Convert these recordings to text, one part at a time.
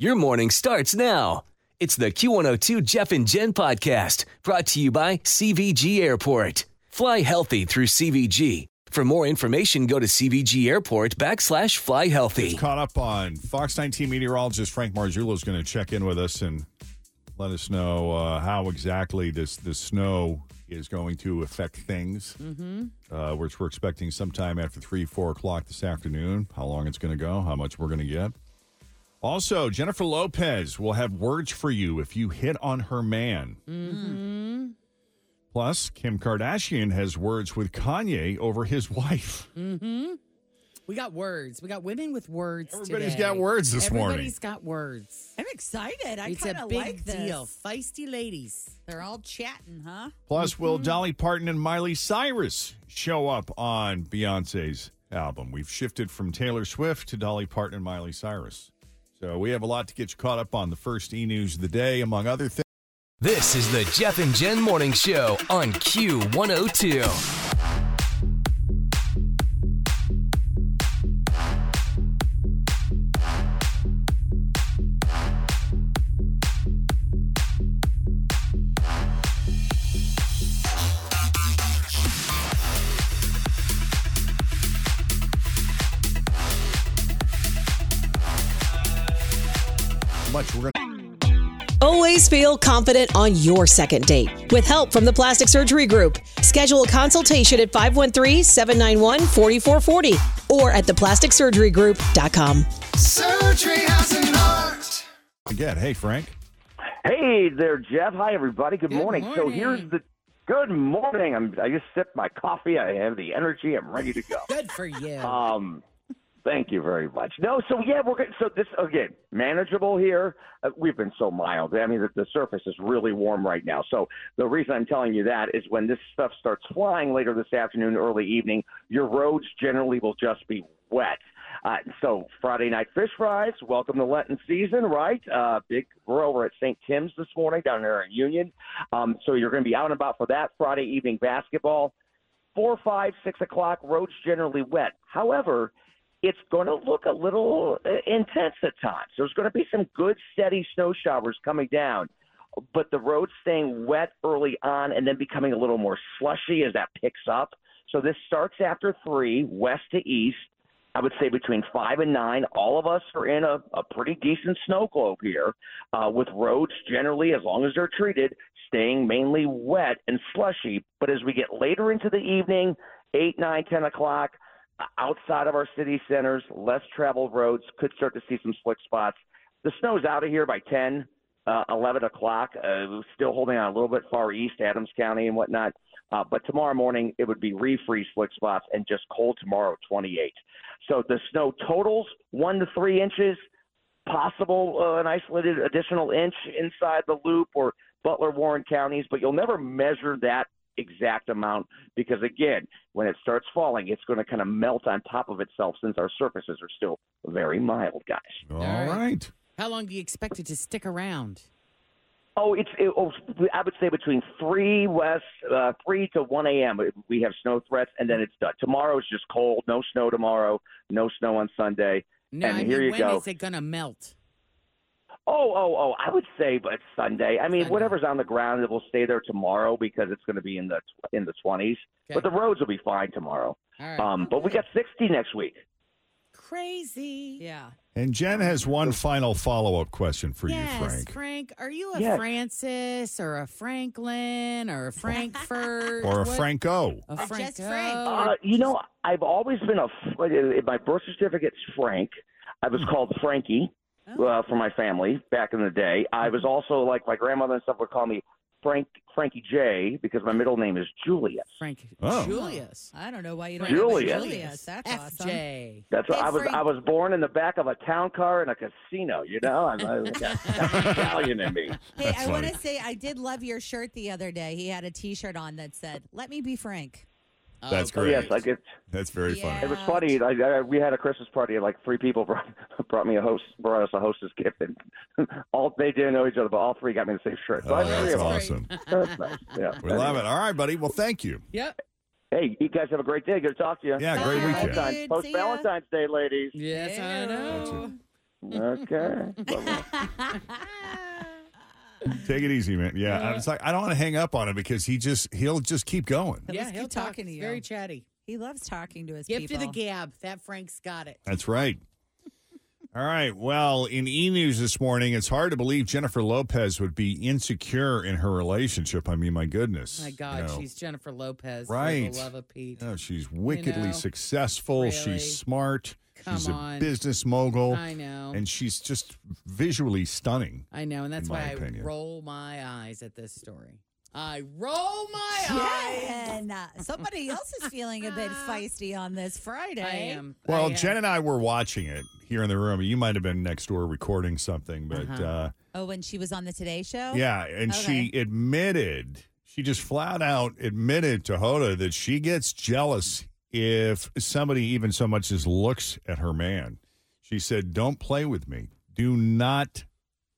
Your morning starts now. It's the Q102 Jeff and Jen podcast brought to you by CVG Airport. Fly healthy through CVG. For more information, go to CVG Airport backslash fly healthy. caught up on Fox 19 meteorologist Frank Marzullo is going to check in with us and let us know uh, how exactly this the snow is going to affect things, uh, which we're expecting sometime after three four o'clock this afternoon. How long it's going to go, how much we're going to get. Also, Jennifer Lopez will have words for you if you hit on her man. Mm-hmm. Plus, Kim Kardashian has words with Kanye over his wife. Mm-hmm. We got words. We got women with words. Everybody's Everybody's got words this morning. Everybody's got words. I'm excited. I it's kind a of big like this. deal. Feisty ladies. They're all chatting, huh? Plus, will Dolly Parton and Miley Cyrus show up on Beyonce's album? We've shifted from Taylor Swift to Dolly Parton and Miley Cyrus. So we have a lot to get you caught up on the first e news of the day, among other things. This is the Jeff and Jen morning show on Q102. Much we're gonna Always feel confident on your second date. With help from the Plastic Surgery Group, schedule a consultation at 513 791 4440 or at theplasticsurgerygroup.com. Surgery has an art. get. Hey, Frank. Hey there, Jeff. Hi, everybody. Good, morning. So here's morning. the. Good morning. I'm. I just sipped my coffee. I have the energy. I'm ready to go. Good for you. Um, thank you very much. No, so yeah, we're good. So this again, manageable here. Uh, we've been so mild. I mean, the, the surface is really warm right now. So the reason I'm telling you that is when this stuff starts flying later this afternoon, early evening, your roads generally will just be wet. Uh, so Friday night fish fries. Welcome to Lenten season, right? Uh, big. We're over at St. Tim's this morning down there in Union. Um, so you're going to be out and about for that Friday evening basketball four, five, six o'clock, roads generally wet. However, it's going to look a little uh, intense at times. There's going to be some good, steady snow showers coming down, but the roads staying wet early on and then becoming a little more slushy as that picks up. So this starts after three, west to east. I would say between five and nine, all of us are in a, a pretty decent snow globe here, uh, with roads generally, as long as they're treated, staying mainly wet and slushy. But as we get later into the evening, eight, nine, ten o'clock, uh, outside of our city centers, less traveled roads could start to see some slick spots. The snow's out of here by ten, uh, eleven o'clock. Uh, still holding on a little bit far east, Adams County and whatnot. Uh, but tomorrow morning, it would be refreeze slick spots and just cold tomorrow, 28. So the snow totals one to three inches, possible uh, an isolated additional inch inside the loop or Butler Warren counties, but you'll never measure that exact amount because again, when it starts falling, it's going to kind of melt on top of itself since our surfaces are still very mild, guys. All right. right. How long do you expect it to stick around? Oh, it's it, oh, I would say between three west, uh, three to one a.m. We have snow threats, and then it's done. Tomorrow is just cold, no snow tomorrow, no snow on Sunday. No, and I here mean, you when go. is it gonna melt? Oh, oh, oh! I would say, but Sunday. I mean, Sunday. whatever's on the ground, it will stay there tomorrow because it's going to be in the in the twenties. But Okay. the roads will be fine tomorrow. All right. Um, but we got sixty next week. Crazy. Yeah. And Jen has one final follow up question for yes, you, Frank. Are you a Yes. Francis or a Franklin or a Frankfurt Or a What- Franco. A Or Franco. just Frank. Uh, you know, I've always been a. f- My birth certificate's Frank. I Mm-hmm. was called Oh. Mm-hmm. Frankie uh, for my family back in the day. I was also like my grandmother and stuff would call me Frank Frankie J because my middle name is Julius. Frank Oh. Julius. I don't know why you don't Julius. have a Julius. That's awesome. FJ. That's Hey, I was. Frank. I was born in the back of a town car in a casino. You know, I'm, I was got Italian in me. Hey, That's I funny. want to say I did love your shirt the other day. He had a T-shirt on that said, "Let me be Frank." Oh, That's So great. yes, I get. That's very Yeah. It funny. was funny. I, I, we had a Christmas party, and like three people brought brought me a host, brought us a hostess gift, and all they didn't know each other, but all three got me the same shirt. So I Oh, had three of that's them. awesome. That's nice. Yeah. We love it. All right, buddy. Well, thank you. Yep. Hey, you guys have a great day. Good to talk to you. Yeah, great Bye. weekend. Bye. Valentine's, Dude, post see ya. Valentine's Day, ladies. Yes, I know. Okay. Bye-bye. Take it easy, man. Yeah, I was like, I don't want to hang up on him because he just he'll just keep going. Let's Yeah, keep he'll talk. talking to He's you. Very chatty. He loves talking to his Gift people. to the gab. That Frank's got it. That's right. All right. Well, in E News this morning, it's hard to believe Jennifer Lopez would be insecure in her relationship. I mean, my goodness. My you God, know. she's Jennifer Lopez. for Right. The love of Pete. you know, she's wickedly know, successful. really. She's smart. she's Come a on. business mogul. I know. And she's just visually stunning. I know, and that's in my why opinion. I roll my eyes at this story. I roll my eyes. Jen, uh, somebody else is feeling a bit feisty on this Friday. I am. Well, I uh, am. Jen and I were watching it here in the room. You might have been next door recording something, but Uh-huh. uh Oh, when she was on the Today Show. yeah, and she admitted, she just flat out admitted to Hoda that she gets jealous if somebody even so much as looks at her man. She said, "Don't play with me. Do not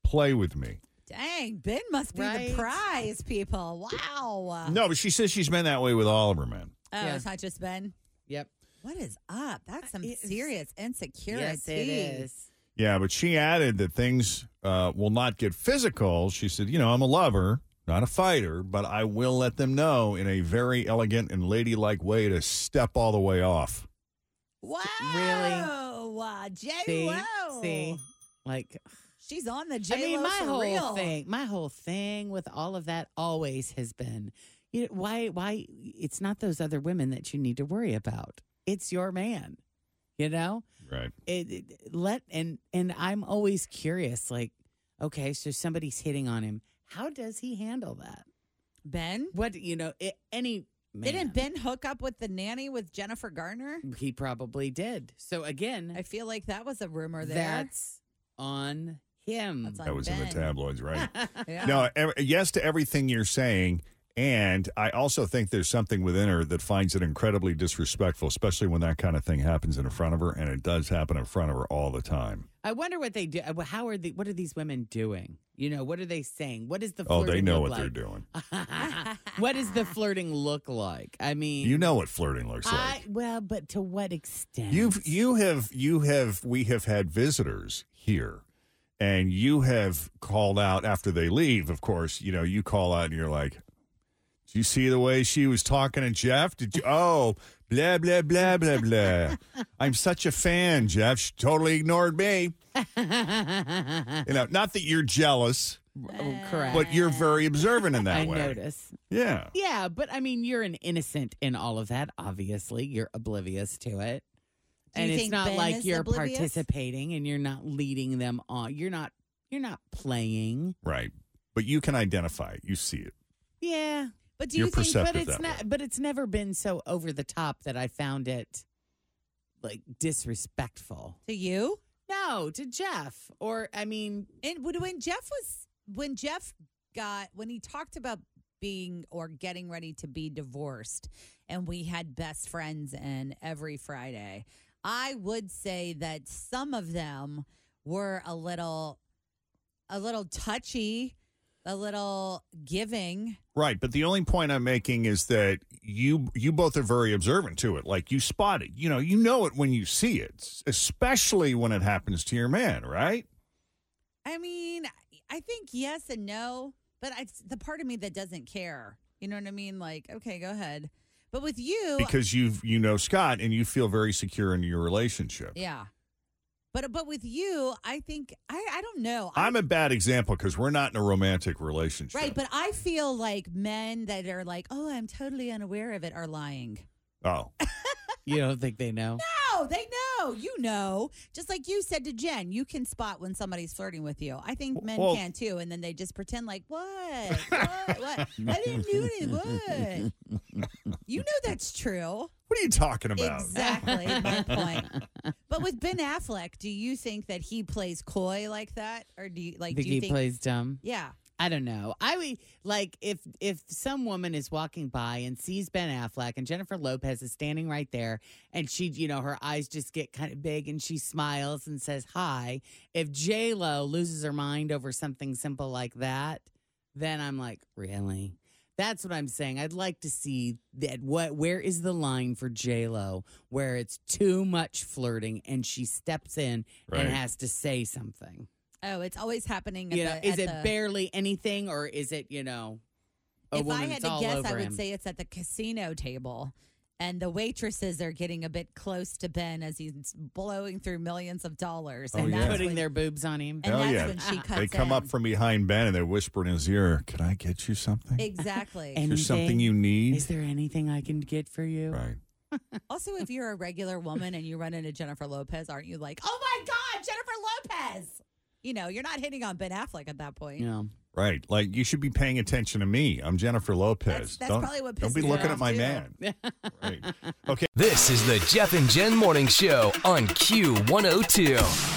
play with me." Dang, Ben must be Right. the prize, people. Wow. No, but she says she's been that way with all of her men. Oh, Yeah. it's not just Ben. Yep. What is up? That's some it's- serious insecurity. Yes, it is. Yeah, but she added that things uh, will not get physical. She said, you know, I'm a lover, not a fighter, but I will let them know in a very elegant and ladylike way to step all the way off. Wow. Wow, See, J Lo. see, like She's on the J I Lo mean, my for whole real. thing, my whole thing with all of that always has been, you know, why, why it's not those other women that you need to worry about. It's your man, you know. Right. It, it- let and and I'm always curious, like, okay, so somebody's hitting on him. How does he handle that? Ben What you know, it, any man, didn't Ben hook up with the nanny with Jennifer Garner? he probably did. So again, I feel like that was a rumor there. that's on him. That's on That was in the Ben. tabloids, right? Yeah. no, ev- yes to everything you're saying. And I also think there's something within her that finds it incredibly disrespectful, especially when that kind of thing happens in front of her. And it does happen in front of her all the time. I wonder what they do. uh, How are the? What are these women doing? You know, what are they saying? What is the? Oh, they flirting know look what they're like? doing. what does the flirting look like? I mean, You know what flirting looks like. I well, but to what extent? You've you have you have we have had visitors here, and you have called out after they leave. Of course, you know you call out and you're like, "Did you see the way she was talking to Jeff? Did you? Oh, blah blah blah blah blah. I'm such a fan, Jeff. She totally ignored me. you know, not that you're jealous, oh, correct. but you're very observant in that I way. notice. Yeah, Yeah, but I mean, you're an innocent in all of that. Obviously, you're oblivious to it, Do you and it's think not Ben like is you're oblivious? participating and you're not leading them on. You're not. You're not playing. right. But you can identify. it. You see it. Yeah. But do You're you think perceptive. but it's that not but it's never been so over the top that i found it like disrespectful to you? no to jeff or i mean And when when Jeff was when Jeff got when he talked about being or getting ready to be divorced, and we had best friends in every Friday, I would say that some of them were a little, a little touchy, a little giving. Right, but the only point I'm making is that you you both are very observant to it. Like you spot it. You know, you know it when you see it, especially when it happens to your man, right? I mean, I think yes and no, but I, the part of me that doesn't care, you know what I mean? Like, okay, go ahead. But with you, Because you've you know Scott and you feel very secure in your relationship. Yeah. But but with you, I think I I don't know. I- I'm a bad example because we're not in a romantic relationship. right, but I feel like men that are like, "Oh, I'm totally unaware of it," are lying. oh, you don't think they know know. They know. You know. Just like you said to Jen, you can spot when somebody's flirting with you. I think men Well- can too, and then they just pretend like what, what, what. I didn't do anything. What? You know that's true. What are you talking about? Exactly my point. But with Ben Affleck, do you think that he plays coy like that, or do you like? think do you he think? plays dumb. yeah. I don't know. I would like if if some woman is walking by and sees Ben Affleck and Jennifer Lopez is standing right there and she, you know, her eyes just get kind of big and she smiles and says hi. If J Lo loses her mind over something simple like that, then I'm like, really? That's what I'm saying. I'd like to see that what where is the line for J Lo where it's too much flirting and she steps in Right. and has to say something. Oh, it's always happening. At You the, know, is at it the- barely anything, or is it you know? A if I woman had that's to all guess, I over would him? say it's at the casino table, and the waitresses are getting a bit close to Ben as he's blowing through millions of dollars, Oh, and yeah. that's putting when, their boobs on him. and Hell that's yeah. when she cuts. They come up in. from behind Ben and they whisper in his ear, "Can I get you something? exactly. Is And- there something Anything? you need?" Is there anything I can get for you? right. also, if you're a regular woman and you run into Jennifer Lopez, aren't you like, oh my god, Jennifer Lopez? You know, you're not hitting on Ben Affleck at that point. You know, Right. Like you should be paying attention to me. I'm Jennifer That's- Lopez. that's don't, probably what Don't pissed be me looking off, at my too. man. right. Okay. This is the Jeff and Jen Morning Show on Q102.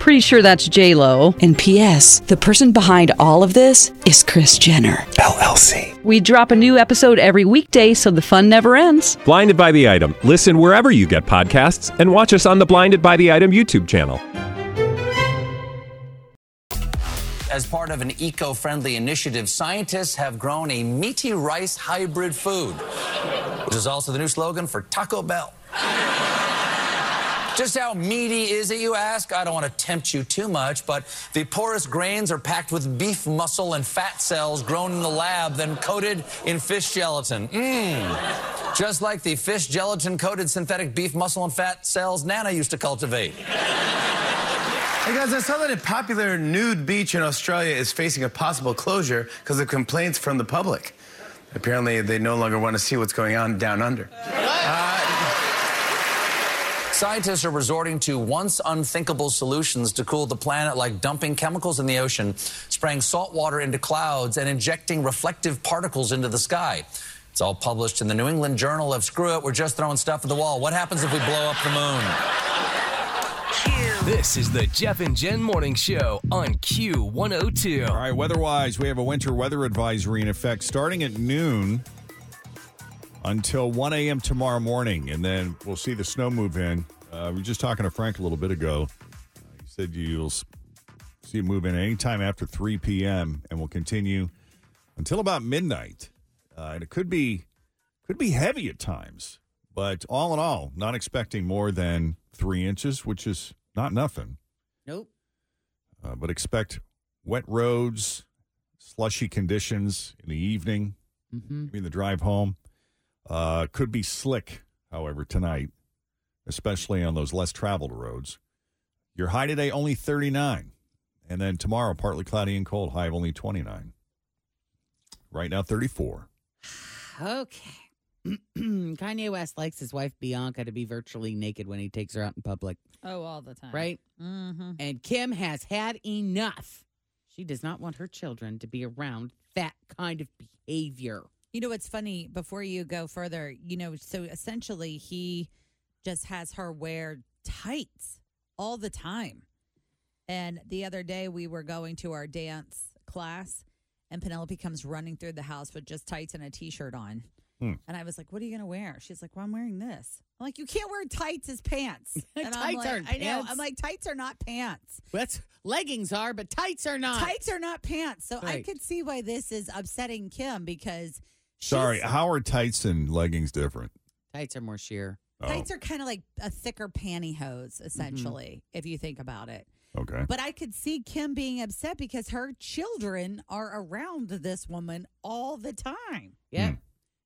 Pretty sure that's J Lo. And P.S. The person behind all of this is Chris Jenner. LLC. We drop a new episode every weekday, so the fun never ends. Blinded by the item. Listen wherever you get podcasts, and watch us on the Blinded by the Item YouTube channel. As part of an eco friendly initiative, scientists have grown a meaty rice hybrid food, which is also the new slogan for Taco Bell. Just how meaty is it, you ask? I don't want to tempt you too much, but the porous grains are packed with beef muscle and fat cells grown in the lab, then coated in fish gelatin. Mmm. Just like the fish gelatin coated synthetic beef muscle and fat cells Nana used to cultivate. Hey guys, I saw that a popular nude beach in Australia is facing a possible closure because of complaints from the public. Apparently, they no longer want to see what's going on down under. Scientists are resorting to once unthinkable solutions to cool the planet, like dumping chemicals in the ocean, spraying salt water into clouds, and injecting reflective particles into the sky. It's all published in the New England Journal of Screw It, we're just throwing stuff at the wall. What happens if we blow up the moon? This is the Jeff and Jen Morning Show on Q102. All right, weather-wise, we have a winter weather advisory in effect starting at noon until 1 a.m. tomorrow morning, and then we'll see the snow move in. Uh, we were just talking to Frank a little bit ago. Uh, He said you'll s- see it move in anytime after 3 p.m. and will continue until about midnight. Uh, and it could be could be heavy at times, but all in all, not expecting more than three inches, which is not nothing nope. uh, but expect wet roads, slushy conditions in the evening, Mm-hmm. maybe the drive home. Uh, could be slick, however, tonight, especially on those less traveled roads. Your high today only 39, and then tomorrow partly cloudy and cold, high of only 29. Right now, 34. Okay. Kanye West likes his wife Bianca to be virtually naked when he takes her out in public, Oh, all the time. right? Mm-hmm. And Kim has had enough. She does not want her children to be around that kind of behavior. You know what's funny? Before you go further, you know, so essentially he just has her wear tights all the time. And the other day we were going to our dance class, and Penelope comes running through the house with just tights and a t shirt on. Hmm. And I was like, "What are you gonna wear?" She's like, "Well, I'm wearing this." I'm like, "You can't wear tights as pants." And I'm Tights like, aren't I know. pants. I'm like, tights are not pants. That's leggings are, but tights are not. Tights are not pants. So I Right. could see why this is upsetting Kim because Sorry, how are tights and leggings different? Tights are more sheer. Oh, tights are kind of like a thicker pantyhose, Mm-hmm. essentially, if you think about it. okay. But I could see Kim being upset because her children are around this woman all the time. Yeah.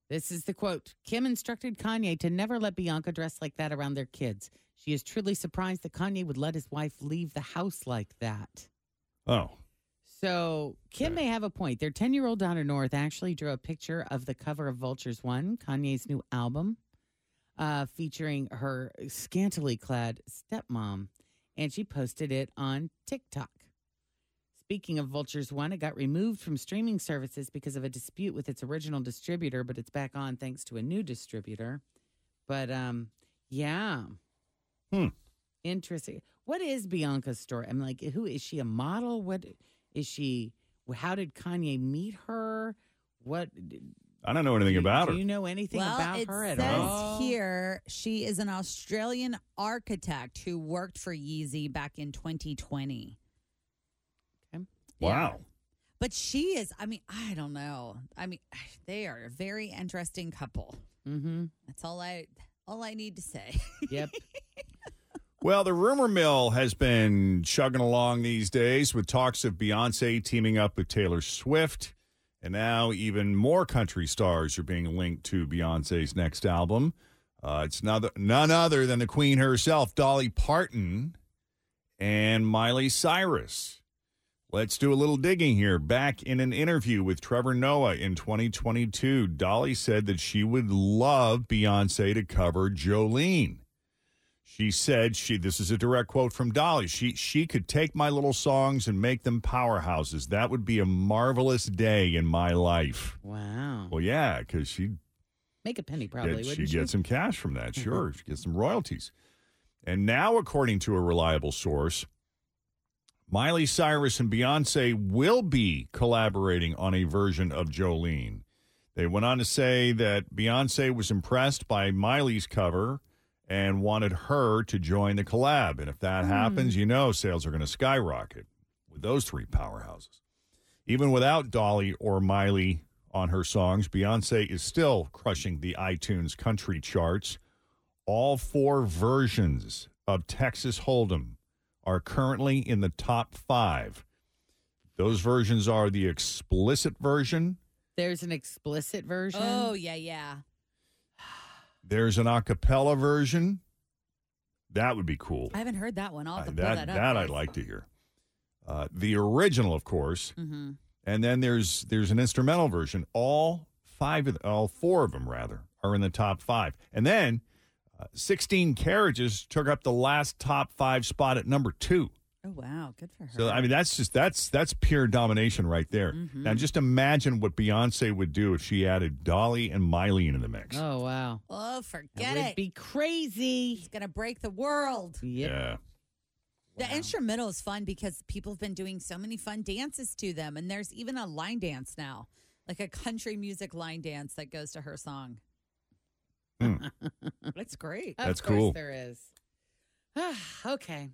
This is the quote. Kim instructed Kanye to never let Bianca dress like that around their kids. She is truly surprised that Kanye would let his wife leave the house like that. Oh, So Kim may have a point. Their 10 year old daughter North actually drew a picture of the cover of Vultures One, Kanye's new album, uh, featuring her scantily clad stepmom, and she posted it on TikTok. Speaking of Vultures One, it got removed from streaming services because of a dispute with its original distributor, but it's back on thanks to a new distributor. But um, yeah. Hmm. Interesting. What is Bianca's story? I'm like, who is she a model? What is she? How did Kanye meet her? What I don't know anything about do her. you know anything well, about it her says at all? here she is an Australian architect who worked for Yeezy back in 2020. wow. But she is, I mean, I don't know. I mean, they are a very interesting couple. Mm-hmm. That's all I all I need to say. Yep. Well, the rumor mill has been chugging along these days with talks of Beyonce teaming up with Taylor Swift. And now even more country stars are being linked to Beyonce's next album. Uh, it's none, none other than the queen herself, Dolly Parton, and Miley Cyrus. Let's do a little digging here. Back in an interview with Trevor Noah in 2022, Dolly said that she would love Beyonce to cover Jolene. She said she this is a direct quote from Dolly. She she could take my little songs and make them powerhouses. That would be a marvelous day in my life. Wow. Well, yeah, because she Make a penny, probably. did, she wouldn't Uh-huh. gets some cash from that. Sure, she gets some royalties. And now, according to a reliable source, Miley Cyrus and Beyonce will be collaborating on a version of Jolene. They went on to say that Beyonce was impressed by Miley's cover and wanted her to join the collab. And if that Hmm. happens, you know sales are going to skyrocket with those three powerhouses. Even without Dolly or Miley on her songs, Beyonce is still crushing the iTunes country charts. All four versions of Texas Hold'em are currently in the top five. Those versions are the explicit version, There's an explicit version. oh yeah, yeah. there's an a cappella version. That would be cool. I haven't heard that one. I'll have to Uh, pull that, that up. I'd like to hear. Uh, the original, of course, Mm-hmm. and then there's there's an instrumental version. All five, of, all four of them rather, are in the top five. And then, uh, sixteen carriages took up the last top five spot at number two. Oh wow, good for her. So I mean, that's just that's that's pure domination right there. Now just imagine what Beyonce would do if she added Dolly and Miley into the mix. Oh wow. oh, That forget would it. be crazy. it's gonna break the world. Yep. Yeah. The instrumental is fun because people have been doing so many fun dances to them, and there's even a line dance now, like a country music line dance that goes to her song. Hmm. That's great. Of That's course cool. There is. okay.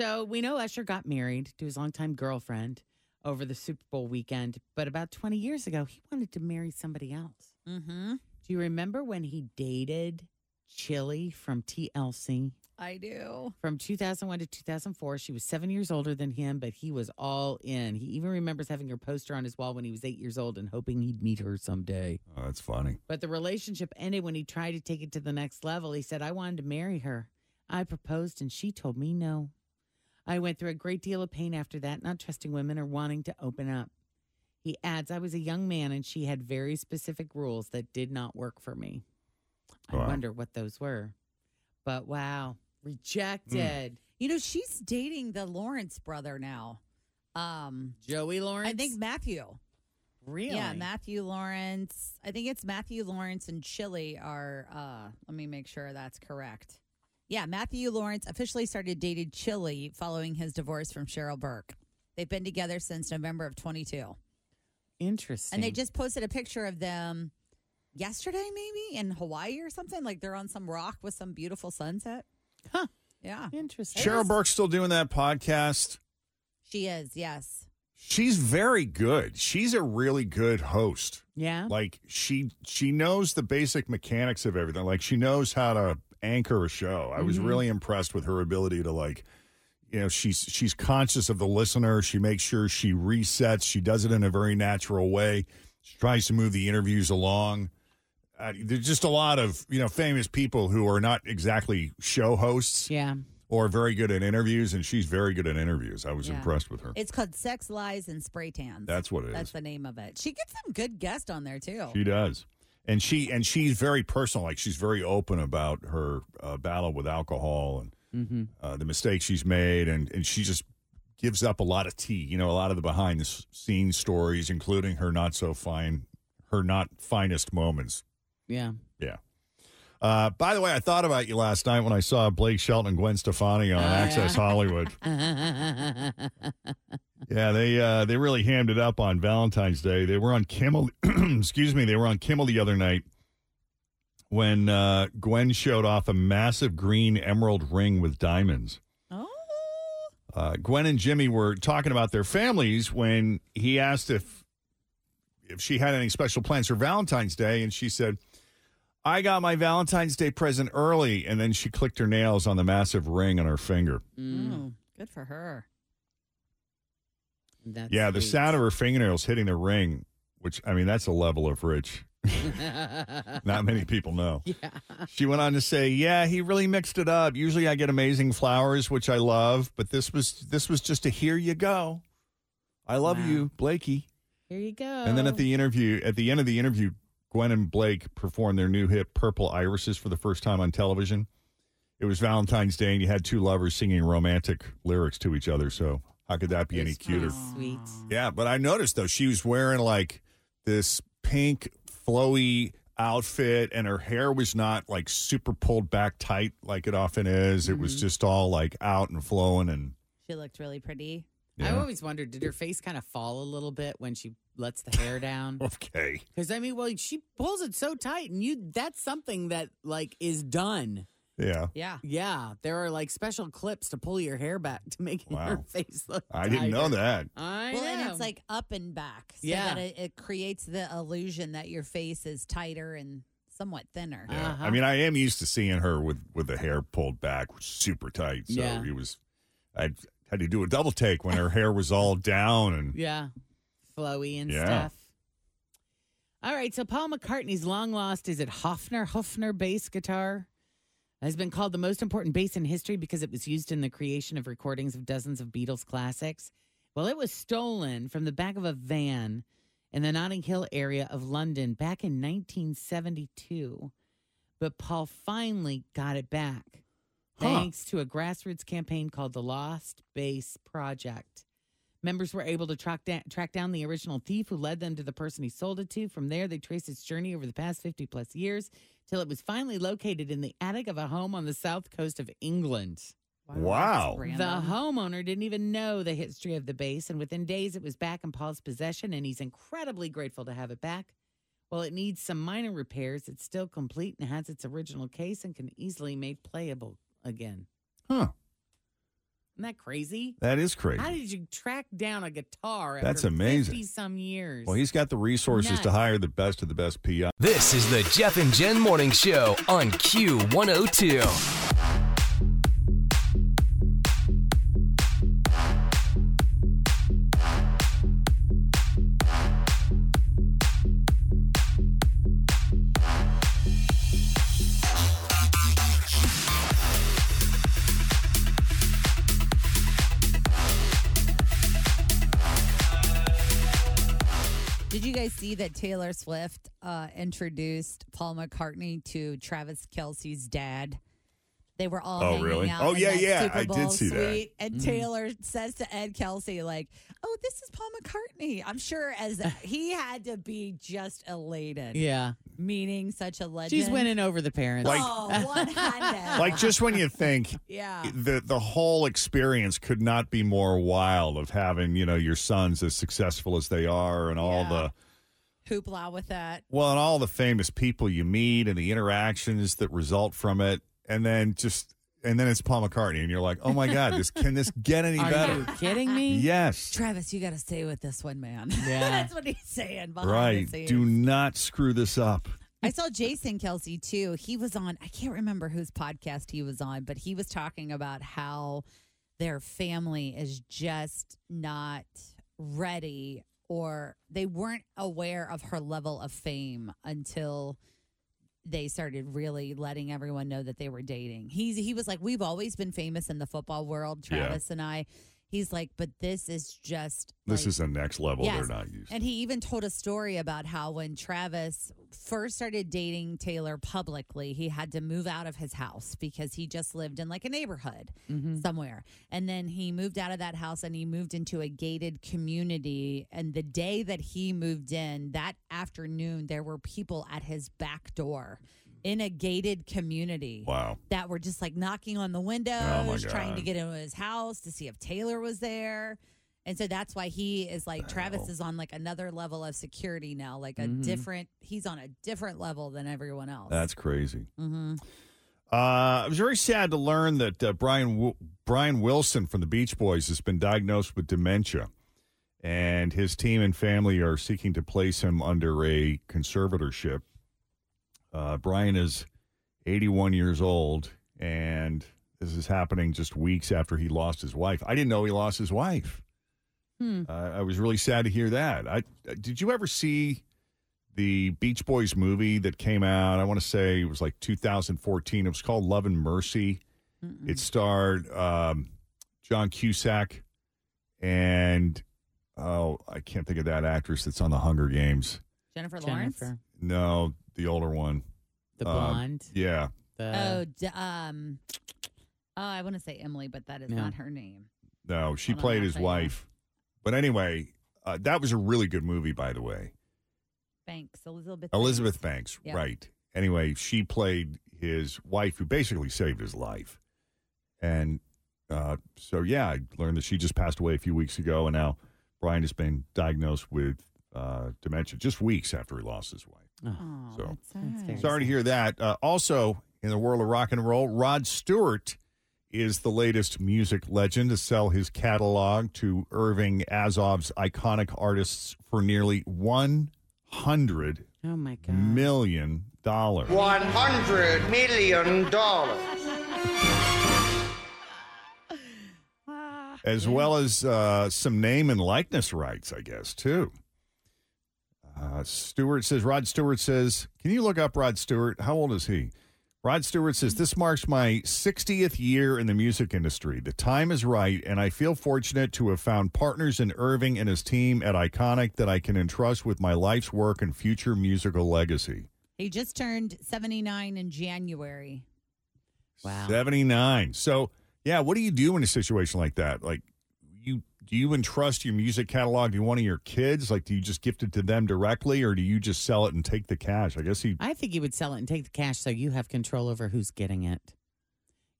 So we know Usher got married to his longtime girlfriend over the Super Bowl weekend, but about 20 years ago, he wanted to marry somebody else. Mm-hmm. Do you remember when he dated Chili from TLC? I do. From 2001 to 2004, she was seven years older than him, but he was all in. He even remembers having her poster on his wall when he was eight years old and hoping he'd meet her someday. Oh, that's funny. But the relationship ended when he tried to take it to the next level. He said, I wanted to marry her. I proposed and she told me no. I went through a great deal of pain after that, not trusting women or wanting to open up. He adds, I was a young man and she had very specific rules that did not work for me. I Wow. Hmm. wonder what those were. But wow, rejected. You know, she's dating the Lawrence brother now. Um, Joey Lawrence. I think Matthew. really. Yeah, Matthew Lawrence. I think it's Matthew Lawrence and Chili are. Uh, let me make sure that's correct. Yeah, Matthew Lawrence officially started dating Chili following his divorce from Cheryl Burke. They've been together since November of 22, Interesting. and they just posted a picture of them yesterday, maybe in Hawaii or something. Like they're on some rock with some beautiful sunset. Huh. Yeah. Interesting. Cheryl Burke's still doing that podcast. She is, yes. She's very good. She's a really good host. Yeah. Like she she knows the basic mechanics of everything. Like she knows how to anchor a show. I was Mhm. really impressed with her ability to like you know, she's she's conscious of the listener. She makes sure she resets. She does it in a very natural way. She tries to move the interviews along. Uh, there's just a lot of, you know, famous people who are not exactly show hosts Yeah. or very good at interviews and she's very good at interviews. I was Yeah. impressed with her. It's called Sex, Lies, and Spray Tans. That's what it That's is. the name of it. She gets some good guests on there too. She does, and she and she's very personal. Like she's very open about her uh, battle with alcohol and Mm-hmm. uh, the mistakes she's made, and and she just gives up a lot of tea. You know, a lot of the behind the s- scenes stories, including her not so fine, her not finest moments. Yeah. Yeah. Uh, by the way, I thought about you last night when I saw Blake Shelton and Gwen Stefani on Oh, Access yeah. Hollywood. Yeah, they uh, they really hammed it up on Valentine's Day. They were on Kimmel. excuse me, they were on Kimmel the other night when uh, Gwen showed off a massive green emerald ring with diamonds. Oh. Uh, Gwen and Jimmy were talking about their families when he asked if if she had any special plans for Valentine's Day, and she said. I got my Valentine's Day present early, and then she clicked her nails on the massive ring on her finger. Mm. Good for her. That's yeah, the sweet. sound of her fingernails hitting the ring, which I mean, that's a level of rich. Not many people know. Yeah. She went on to say, "Yeah, he really mixed it up. Usually I get amazing flowers, which I love, but this was this was just a here you go. I love you, Blakey." Here you go. And Oh. then at the interview, at the end of the interview, Gwen and Blake performed their new hit "Purple Irises" for the first time on television. It was Valentine's Day, and you had two lovers singing romantic lyrics to each other. So how could that be any cuter? Sweet. Yeah, but I noticed though she was wearing like this pink flowy outfit and her hair was not like super pulled back tight like it often is. It was just all like out and flowing and She looked really pretty. I Yeah. always wondered, did her face kind of fall a little bit when she lets the hair down? okay. Because I mean, well, she pulls it so tight, and you—that's something that like is done. Yeah. Yeah, yeah. There are like special clips to pull your hair back to make your Wow. face look. I didn't know tighter. that. I well, and know. it's like up and back, so Yeah. that it, it creates the illusion that your face is tighter and somewhat thinner. Yeah. Uh-huh. I mean, I am used to seeing her with with the hair pulled back super tight. So Yeah. it was I had to do a double take when her hair was all down and yeah, flowy and Yeah. stuff. All right, so Paul McCartney's long lost is it Hofner Hofner bass guitar has been called the most important bass in history because it was used in the creation of recordings of dozens of Beatles classics. Well, it was stolen from the back of a van in the Notting Hill area of London back in 1972, but Paul finally got it back thanks to a grassroots campaign called the Lost Bass Project. Members were able to track, da- track down the original thief who led them to the person he sold it to. From there, they traced its journey over the past 50 plus years till it was finally located in the attic of a home on the south coast of England. wow. The homeowner didn't even know the history of the base, and within days it was back in Paul's possession, and he's incredibly grateful to have it back. While it needs some minor repairs, it's still complete and has its original case and can easily made playable again. Huh. Isn't that crazy? That is crazy. How did you track down a guitar? That's after amazing. 50 some years. Well, he's got the resources to Nuts. hire the best of the best PI. This is the Jeff and Jen Morning Show on Q102. Did you guys see that Taylor Swift uh, introduced Paul McCartney to Travis Kelsey's dad? They were all Oh, hanging really? out. Oh, in yeah, that yeah, Super I did Bowl see that. suite, And Mhm. Taylor says to Ed Kelsey, like, "Oh, this is Paul McCartney." I'm sure as he had to be just elated. yeah. meeting such a legend. She's winning over the parents. Like- Oh, 100. Like just when you think yeah. the the whole experience could not be more wild of having, you know, your sons as successful as they are and all the hoopla with that. Well, and all the famous people you meet and the interactions that result from it, and then just and then it's Paul McCartney, and you're like, oh my god, this can this get any Are better? you kidding me? Yes. Travis, you got to stay with this one, man. Yeah. That's what he's saying. behind the Right. scenes. Do not screw this up. I saw Jason Kelsey too. He was on, I can't remember whose podcast he was on, but he was talking about how their family is just not ready or they weren't aware of her level of fame until they started really letting everyone know that they were dating. He's he was like, We've always been famous in the football world, Yeah. Travis and I. He's like, but this is just This like- is the next level Yes. they're not used. and he even told a story about how when Travis first started dating Taylor publicly, he had to move out of his house because he just lived in like a neighborhood Mm-hmm. Mm. somewhere. And then he moved out of that house and he moved into a gated community. And the day that he moved in, that afternoon, there were people at his back door in a gated community Wow. Oh, that were just like knocking on the windows, trying to God. get into his house to see if Taylor was there. And so that's why he is like Travis is on like another level of security now, like a Mm-hmm. different he's on a different level than everyone else. That's crazy. hmm Uh, I was very sad to learn that uh, Brian w- Brian Wilson from the Beach Boys has been diagnosed with dementia, and his team and family are seeking to place him under a conservatorship. Uh, Brian is 81 years old, and this is happening just weeks after he lost his wife. I didn't know he lost his wife. Uh, I was really sad to hear that. I uh, did you ever see the Beach Boys movie that came out. I want to say it was like 2014. It was called Love and Mercy. It starred um, John Cusack and oh, I can't think of that actress that's on the Hunger Games. Jennifer Lawrence. Jennifer, No, the older one. the Um, blonde. Yeah, oh, the, d- um, oh, I want to say Emily, but that is Yeah. not her name. no, she I don't played know his if I know. wife. But anyway, uh, that was a really good movie, by the way. Banks, Elizabeth. Elizabeth Banks. Banks, Yeah. right. Anyway, she played his wife who basically saved his life. And uh, so, yeah, I learned that she just passed away a few weeks ago. And now Brian has been diagnosed with uh, dementia just weeks after he lost his wife. Oh, So- that's That's sad. very Sorry to hear that. Uh, also, in the world of rock and roll, Rod Stewart is the latest music legend to sell his catalog to Irving Azov's iconic artists for nearly 100 oh my god. million dollars. One hundred million dollars. as well as uh, some name and likeness rights, I guess, too. Uh, Stewart says, Rod Stewart says, can you look up Rod Stewart? How old is he? Rod Stewart says, this marks my 60th year in the music industry. The time is right, and I feel fortunate to have found partners in Irving and his team at Iconic that I can entrust with my life's work and future musical legacy. He just turned seventy nine in January. Wow. 79. So, yeah, what do you do in a situation like that? Like, you do you entrust your music catalog to one of your kids? Like, do you just gift it to them directly or do you just sell it and take the cash? I guess he, I think he would sell it and take the cash so you have control over who's getting it.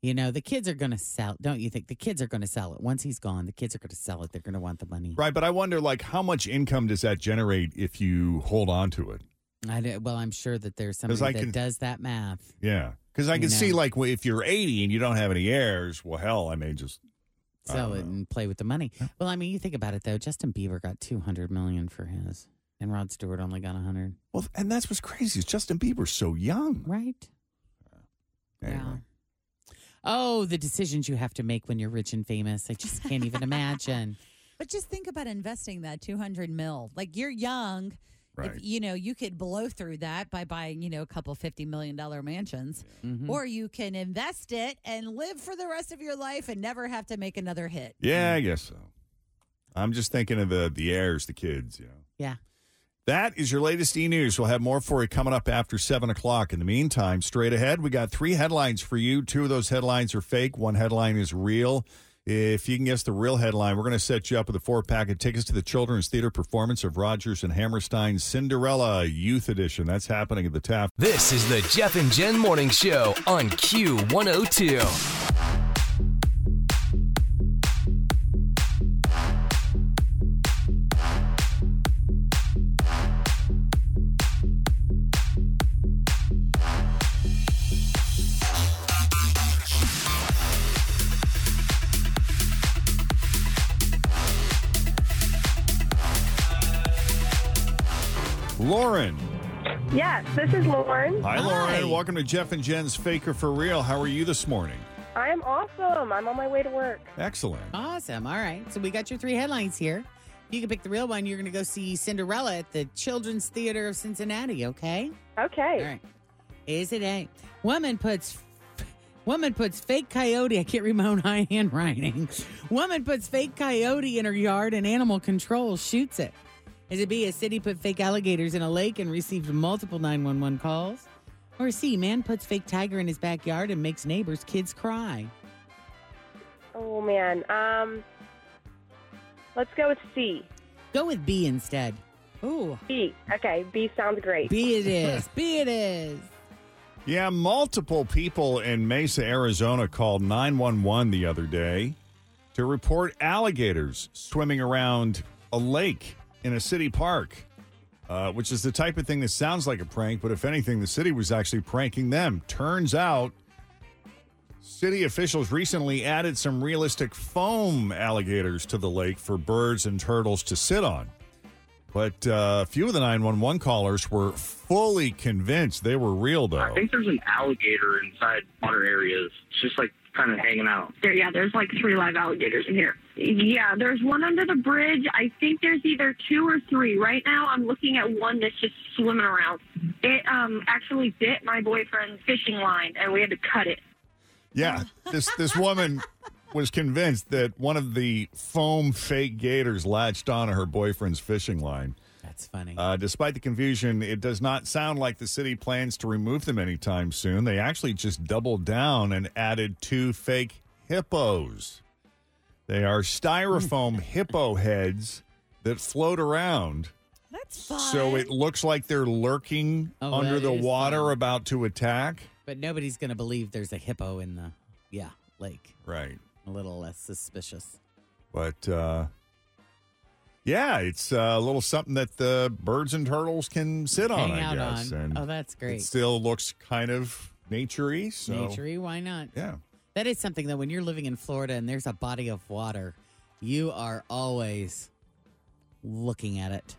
You know, the kids are going to sell, don't you think? The kids are going to sell it. Once he's gone, the kids are going to sell it. They're going to want the money. right. But I wonder, like, how much income does that generate if you hold on to it? I do, well, I'm sure that there's 'Cause somebody I that can- does that math. Yeah. Cause I can No. see, like, well, if you're 80 and you don't have any heirs, well, hell, I may just, I Sell don't it know. and play with the money. Well, I mean, you think about it though. Justin Bieber got 200 million for his, and Rod Stewart only got 100. well, and that's what's crazy is Justin Bieber's so young. Right. Anyway. Wow. Oh, the decisions you have to make when you're rich and famous. I just can't even imagine. But just think about investing that 200 mil. Like you're young. Right. If, you know, you could blow through that by buying, you know, a couple $50 million mansions, Mhm. or you can invest it and live for the rest of your life and never have to make another hit. Yeah, I guess so. I'm just thinking of the the heirs, the kids, you know. Yeah. That is your latest e news. We'll have more for you coming up after seven o'clock. In the meantime, straight ahead, we got three headlines for you. Two of those headlines are fake. One headline is real. If you can guess the real headline, we're going to set you up with a four pack of tickets to the Children's Theater performance of Rogers and Hammerstein's Cinderella Youth Edition. That's happening at the Taft. This is the Jeff and Jen Morning Show on Q102. Lauren. Yes, this is Lauren. Hi, Lauren. Welcome to Jeff and Jen's Faker for Real. How are you this morning? I am awesome. I'm on my way to work. Excellent. Awesome. All right. So we got your three headlines here. You can pick the real one. You're going to go see Cinderella at the Children's Theater of Cincinnati, okay? Okay. All right. Is it A? Woman puts woman puts fake coyote. I can't read my own high handwriting. Woman puts fake coyote in her yard and animal control shoots it. Is it B? A city put fake alligators in a lake and received multiple 911 calls? Or C? Man puts fake tiger in his backyard and makes neighbors' kids cry. Oh man. Um, let's go with C. Go with B instead. Ooh. B. Okay. B sounds great. B it is. B it is. Yeah, multiple people in Mesa, Arizona called 911 the other day to report alligators swimming around a lake in a city park, uh, which is the type of thing that sounds like a prank, but if anything, the city was actually pranking them. Turns out, city officials recently added some realistic foam alligators to the lake for birds and turtles to sit on. But uh, a few of the 911 callers were fully convinced they were real, I though. think there's an alligator inside water areas. It's just like kind of hanging out. There, yeah, there's like three live alligators in here. Yeah, there's one under the bridge. I think there's either two or three. Right now, I'm looking at one that's just swimming around. It um actually bit my boyfriend's fishing line, and we had to cut it. Yeah, this this woman was convinced that one of the foam fake gators latched onto her boyfriend's fishing line. That's funny. Uh, despite the confusion, it does not sound like the city plans to remove them anytime soon. They actually just doubled down and added two fake hippos. They are styrofoam hippo heads that float around. That's fun. So it looks like they're lurking Oh, under that the is water about to attack. But nobody's going to believe there's a hippo in the, yeah, lake. Right. A little less suspicious. But uh, yeah, it's uh, a little something that the birds and turtles can sit on, Hang I out guess. on. And Oh, that's great. It still looks kind of naturey. So Naturey, why not? Yeah. That is something that when you're living in Florida and there's a body of water, you are always looking at it,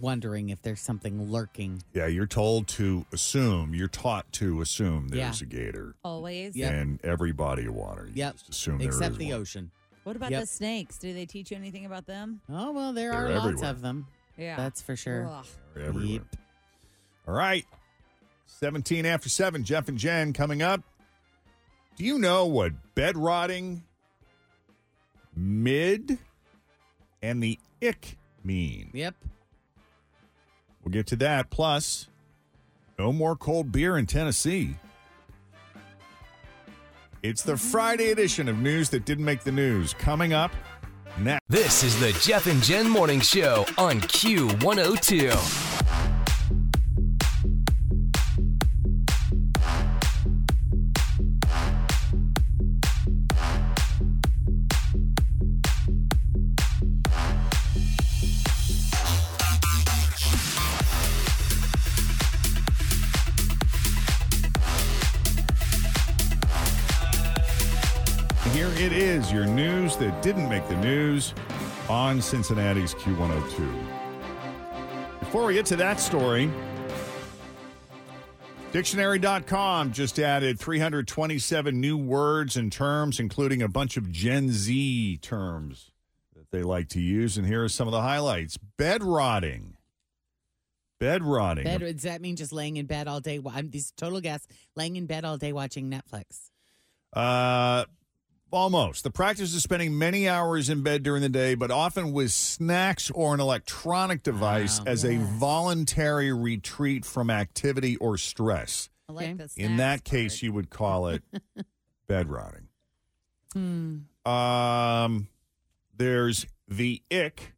wondering if there's something lurking. Yeah, you're told to assume. You're taught to assume Yeah. there's a gator Always. in every body of water. You Yep. just assume there Except is the one. ocean. What about Yep. the snakes? Do they teach you anything about them? Oh well, there They're are lots everywhere. of them. Yeah. That's for sure. Ugh. They're everywhere. All right. 17 after 7, Jeff and Jen coming up. Do you know what bed rotting, mid, and the ick mean? Yep. We'll get to that. Plus, no more cold beer in Tennessee. It's the Friday edition of News That Didn't Make the News coming up next. This is the Jeff and Jen Morning Show on Q102. Here it is, your news that didn't make the news on Cincinnati's Q102. Before we get to that story, dictionary.com just added 327 new words and terms, including a bunch of Gen Z terms that they like to use. And here are some of the highlights bed rotting. Bed rotting. Bed, does that mean just laying in bed all day? wa- I'm these total guess. Laying in bed all day watching Netflix. Uh, almost. The practice is spending many hours in bed during the day, but often with snacks or an electronic device as a voluntary retreat from activity or stress. I like this. In that case, you would call it bed rotting. Hmm. Um, there's the ick,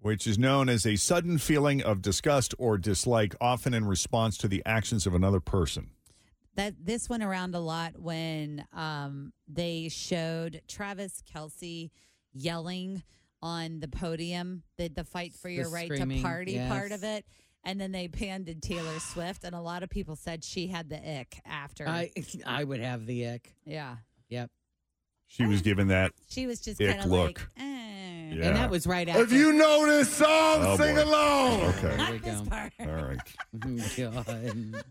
which is known as a sudden feeling of disgust or dislike, often in response to the actions of another person. That this went around a lot when um, they showed Travis Kelsey yelling on the podium, the, the fight for your right screaming, to party yes. part of it. And then they panned to Taylor Swift, and a lot of people said she had the ick after. I I would have the ick. yeah. Yep. She was given that Oh. She was just Ick kind of look. like, eh. Yeah. And that was right after. If you know this song, Oh, sing boy. along. Okay. There we go. All right. Oh, God.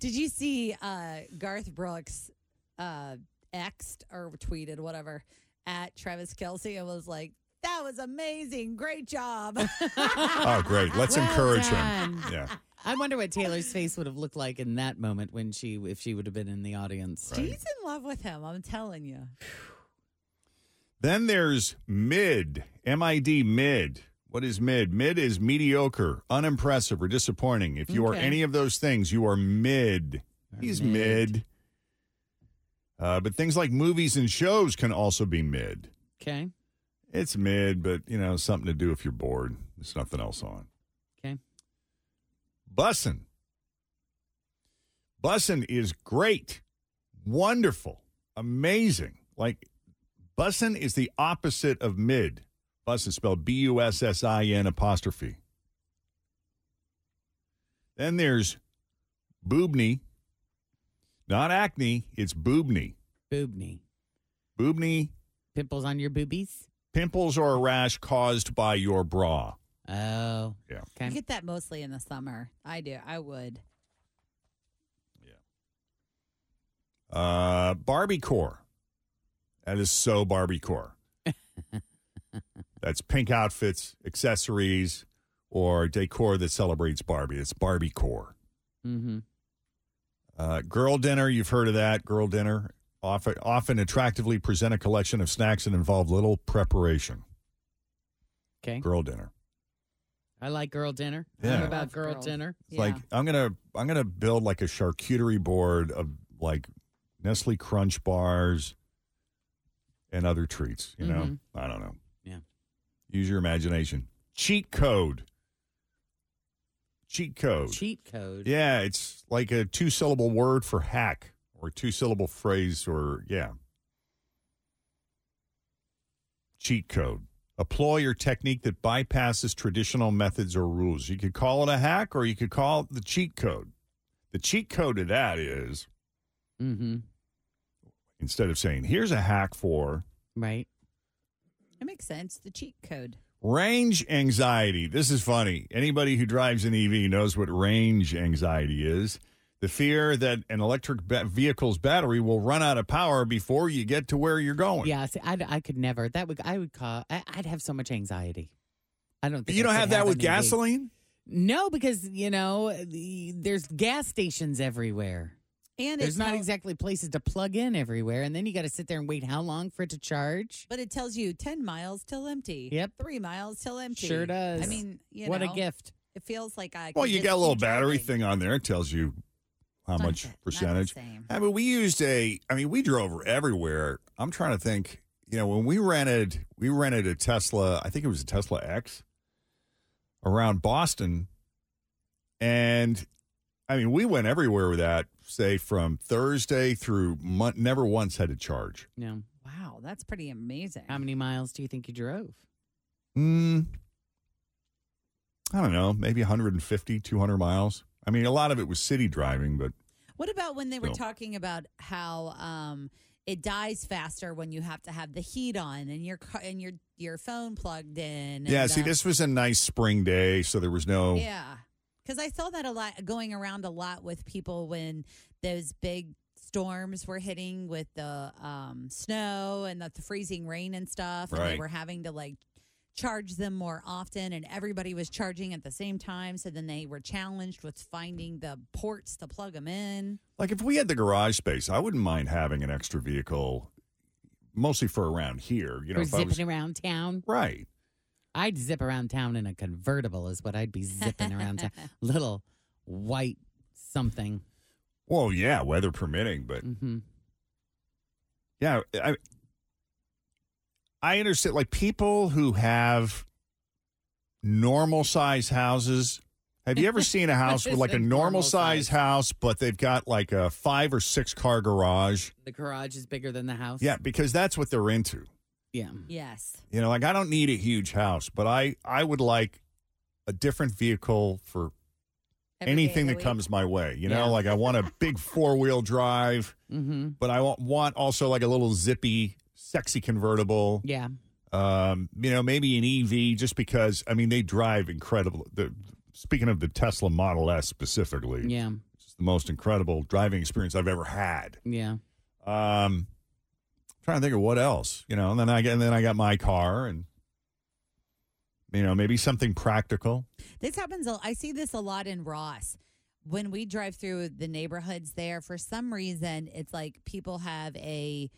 Did you see uh, Garth Brooks uh, xed or tweeted whatever at Travis Kelsey and was like, "That was amazing, great job." Oh, great. Let's Well encourage him. done. Yeah. I wonder what Taylor's face would have looked like in that moment when she, if she would have been in the audience. She's in love with him. I'm telling you. Then there's mid, M I D, mid. What is mid? Mid is mediocre, unimpressive, or disappointing. If you are Okay. any of those things, you are mid. He's mid. Uh, but things like movies and shows can also be mid. Okay. It's mid, but you know, something to do if you're bored. There's nothing else on. Okay. Bussin. Bussin is great, wonderful, amazing. Like bussin is the opposite of mid. Bussin spelled B U S S I N apostrophe. Then there's boobney. Not acne, it's boobney. Boobney. Boobney. Pimples on your boobies? Pimples or a rash caused by your bra. Oh. Yeah. You get that mostly in the summer. I do. I would. Uh, Barbie core. That is so Barbie core. that's pink outfits, accessories, or decor that celebrates Barbie. It's Barbie core. Mm-hmm. Uh, girl dinner. You've heard of that. Girl dinner. Often, often attractively present a collection of snacks that involve little preparation. Okay. Girl dinner. I like girl dinner. Yeah. I'm I about love girl, girl- dinner. It's Like I'm gonna I'm gonna build like a charcuterie board of like Nestle Crunch bars and other treats. You know, Mhm. I don't know. Yeah. Use your imagination. Cheat code. Cheat code. Cheat code. Yeah, it's like a two syllable word for hack or two syllable phrase or yeah. Cheat code. A ploy or technique that bypasses traditional methods or rules. You could call it a hack or you could call it the cheat code. The cheat code to that is Mm-hmm. instead of saying, here's a hack for Right. It makes sense. The cheat code. range anxiety. This is funny. Anybody who drives an EV knows what range anxiety is the fear that an electric ba- vehicle's battery will run out of power before you get to where you're going. Yeah. See, I, I could never. That would I would call. I, I'd have so much anxiety. I don't. Think You I don't could have that with an EV. gasoline? No, because you know the, there's gas stations everywhere. And there's it not tell- exactly places to plug in everywhere, and then you got to sit there and wait how long for it to charge. But it tells you 10 miles till empty. Yep. Three miles till empty. Sure does. I mean, you What a know, gift. It feels like I. Well, could you just got a little keep battery driving. thing on there. It tells you how Not much the- not the percentage. same. I mean, we used a. I mean, we drove everywhere. I'm trying to think. You know, when we rented, we rented a Tesla. I think it was a Tesla X around Boston, and I mean, we went everywhere with that. Say from Thursday through month, never once had to charge. No. Wow, that's pretty amazing. How many miles do you think you drove? Mm, I don't know, maybe 150, 200 miles. I mean, a lot of it was city driving, but What about when they were Still. talking about how um, it dies faster when you have to have the heat on and your car, and your your phone plugged in? Yeah, and, see, uh, this was a nice spring day, so there was no. Yeah, because I saw that a lot going around a lot with people when those big storms were hitting with the um, snow and the, the freezing rain and stuff, and they Right. were having to like charge them more often and everybody was charging at the same time so then they were challenged with finding the ports to plug them in Like if we had the garage space, I wouldn't mind having an extra vehicle, mostly for around here. You know, or if I zipping was around town. right. I'd zip around town in a convertible is what I'd be zipping around town. Little white something. Well, yeah, weather permitting, but Mhm. yeah, I, I understand. Like people who have normal size houses. Have you ever seen a house with like a Normal normal size house, but they've got like a five or six car garage? The garage is bigger than the house. Yeah, because that's what they're into. Yeah. Yes. You know, like I don't need a huge house, but I I would like a different vehicle for Every day of anything the that week. comes my way. You know, Yeah. like I want a big four wheel drive, Mm-hmm. but I wa- want also like a little zippy, sexy convertible. Yeah. Um, you know, maybe an EV, just because I mean they drive incredible. The, speaking of the Tesla Model S specifically, Yeah. it's the most incredible driving experience I've ever had. Yeah. Um, trying to think of what else, you know. And then I get, and then I got my car, and you know, maybe something practical. This happens. a- I see this a lot in Ross. When we drive through the neighborhoods there, for some reason, it's like people have a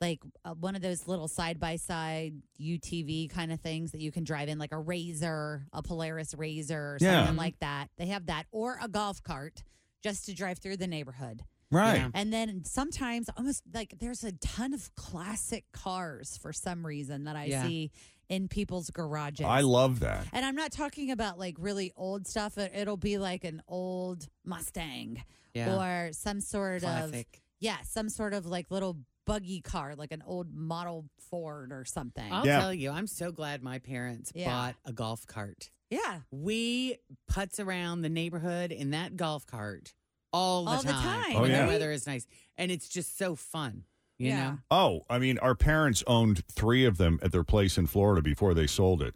like uh, one of those little side by side UTV kind of things that you can drive in, like a Razor, a Polaris Razor, or Yeah. Mm-hmm. something like that. They have that, or a golf cart just to drive through the neighborhood. Right. Yeah. And then sometimes, almost like there's a ton of classic cars for some reason that I Yeah. see in people's garages. I love that. And I'm not talking about like really old stuff. It- It'll be like an old Mustang Yeah. or some sort of Classic. yeah, some sort of like little buggy car, like an old Model Ford or something. I'll tell you, I'm so glad my parents Yeah. bought a golf cart. Yeah. We putz around the neighborhood in that golf cart all the All the time. time, Oh, when yeah. the weather is nice. And it's just so fun. You Yeah. know? Oh, I mean, our parents owned three of them at their place in Florida before they sold it.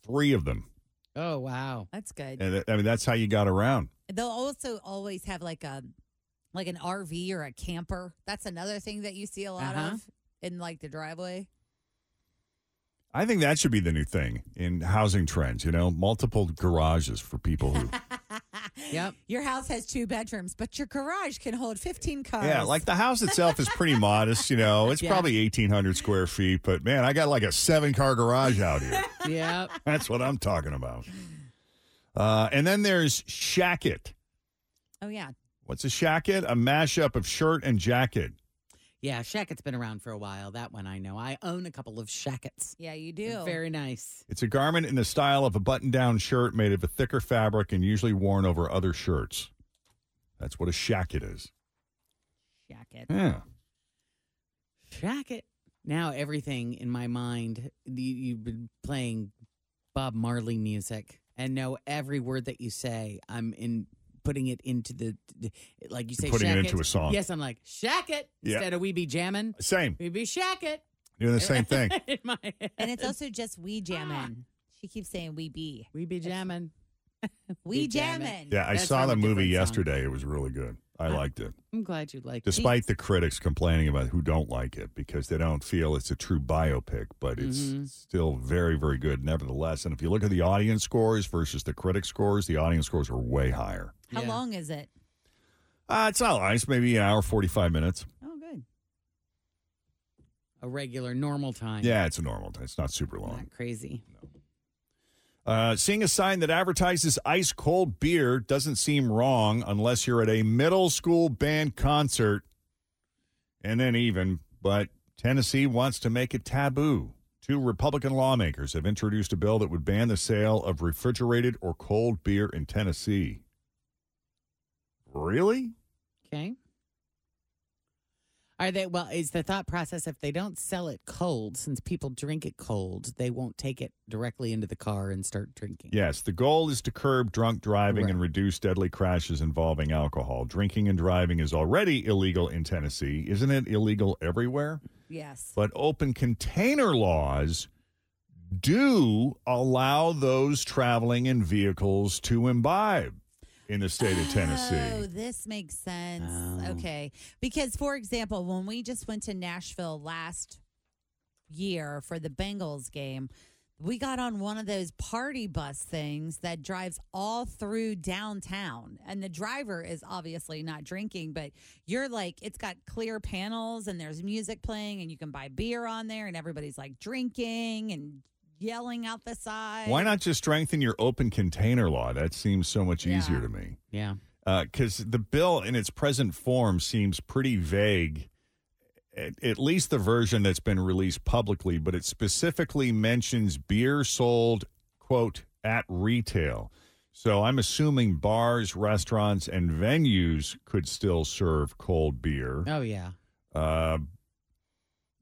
Three of them, Oh wow. That's good. and I mean, that's how you got around. They'll also always have like a like an RV or a camper. That's another thing that you see a lot Uh-huh. of in like the driveway. I think that should be the new thing in housing trends. You know, multiple garages for people who, Yep. Your house has two bedrooms, but your garage can hold 15 cars. yeah, like the house itself is pretty modest. You know, it's Yeah. probably eighteen hundred square feet, but man, I got like a seven car garage out here. Yep. That's what I'm talking about. Uh, and then there's shacket. Oh yeah. What's a shacket? A mashup of shirt and jacket. Yeah, Shacket's been around for a while. That one I know. I own a couple of Shackets. Yeah, you They're do. Very nice. It's a garment in the style of a button down shirt made of a thicker fabric and usually worn over other shirts. That's what a shacket is. jacket. Yeah. Shacket. Now everything in my mind, you, you've been playing Bob Marley music and know every word that you say. I'm in putting it into the, the- like you say, putting it shacket. into a song. Yes, I'm like shacket Yeah. instead of we be jamming. Same. We be shacket. Doing the same thing. in my head. And it's also just we jammin'. She keeps saying we be. we be jamming. We jammin'. jammin'. Yeah, I That's saw from a the different movie song. yesterday. It was really good. I liked it. I'm glad you like it. Despite the critics complaining about who don't like it because they don't feel it's a true biopic, but it's Mhm. still very, very good nevertheless. And if you look at the audience scores versus the critic scores, the audience scores are way higher. How long is it? Uh, it's not long. It's maybe an hour, 45 minutes. Oh, good. a regular normal time. Yeah, it's a normal. It's not super long. Not crazy. Uh, seeing a sign that advertises ice cold beer doesn't seem wrong unless you're at a middle school band concert. And then, even, but Tennessee wants to make it taboo. Two Republican lawmakers have introduced a bill that would ban the sale of refrigerated or cold beer in Tennessee. Really? Okay. Are they well? Is the thought process if they don't sell it cold, since people drink it cold, they won't take it directly into the car and start drinking? Yes, the goal is to curb drunk driving and reduce deadly crashes involving alcohol. Drinking and driving is already illegal in Tennessee. Isn't it illegal everywhere? Yes. But open container laws do allow those traveling in vehicles to imbibe in the state of Oh, Tennessee. this makes sense. Oh. Okay. Because, for example, when we just went to Nashville last year for the Bengals game, we got on one of those party bus things that drives all through downtown. And the driver is obviously not drinking, but you're like, it's got clear panels and there's music playing and you can buy beer on there and everybody's like drinking and yelling out the side. Why not just strengthen your open container law? That seems so much Yeah. easier to me. Yeah. because the bill in its present form seems pretty vague, at, at least the version that's been released publicly, but it specifically mentions beer sold, quote, at retail. So I'm assuming bars, restaurants, and venues could still serve cold beer. Oh yeah. Uh,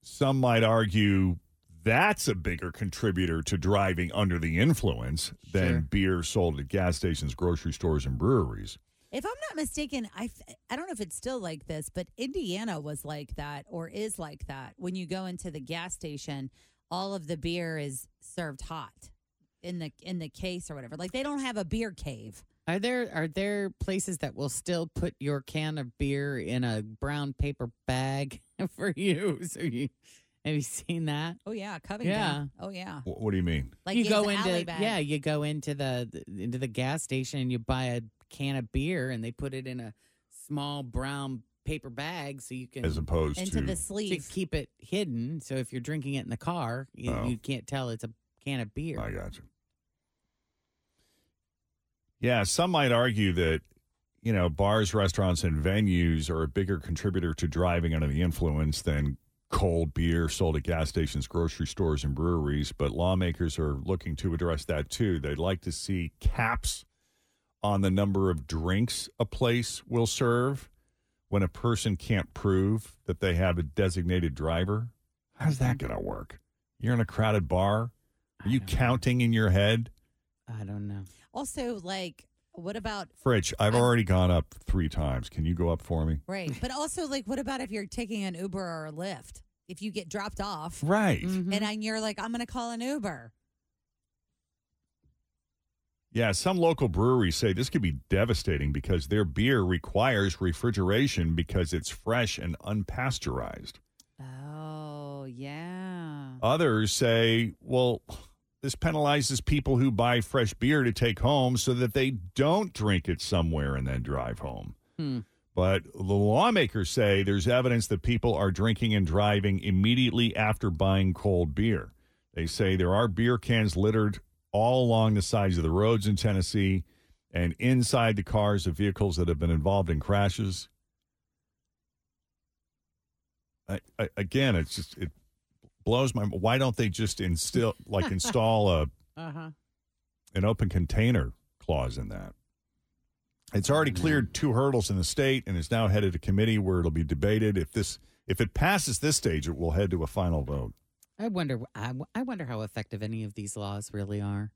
some might argue that's a bigger contributor to driving under the influence Sure. than beer sold at gas stations, grocery stores, and breweries. If I'm not mistaken, I f- I don't know if it's still like this, but Indiana was like that or is like that. When you go into the gas station, all of the beer is served hot in the in the case or whatever. Like they don't have a beer cave. Are there are there places that will still put your can of beer in a brown paper bag for you? So you have you seen that? Oh yeah, Covington. Yeah. Oh yeah. Wh- What do you mean? Like you it's go an into alley bag. yeah, you go into the the- into the gas station and you buy a can of beer and they put it in a small brown paper bag so you can As opposed Into to- the sleeve to keep it hidden. So if you're drinking it in the car, you, Oh. you can't tell it's a can of beer. I got you. Yeah, some might argue that you know bars, restaurants, and venues are a bigger contributor to driving under the influence than cold beer sold at gas stations, grocery stores, and breweries. But lawmakers are looking to address that too. They'd like to see caps on the number of drinks a place will serve when a person can't prove that they have a designated driver. How's that going to work? You're in a crowded bar. Are you counting in your head? I don't know. Also, like, what about Fritch, I've Uh-huh. already gone up three times. Can you go up for me? right? But also, like, what about if you're taking an Uber or a Lyft? If you get dropped off, Right. Mm-hmm. And then you're like, I'm gonna call an Uber. Yeah, some local breweries say this could be devastating because their beer requires refrigeration because it's fresh and unpasteurized. Oh yeah. Others say, well, this penalizes people who buy fresh beer to take home so that they don't drink it somewhere and then drive home. Hmm. But the lawmakers say there's evidence that people are drinking and driving immediately after buying cold beer. They say there are beer cans littered all along the sides of the roads in Tennessee and inside the cars of vehicles that have been involved in crashes. I, I, again, it's just it blows my. Why don't they just instill like install a Uh huh. an open container clause in that. It's already cleared two hurdles in the state and is now headed to committee where it'll be debated. If this if it passes this stage, it will head to a final vote. I wonder. I, I wonder how effective any of these laws really are.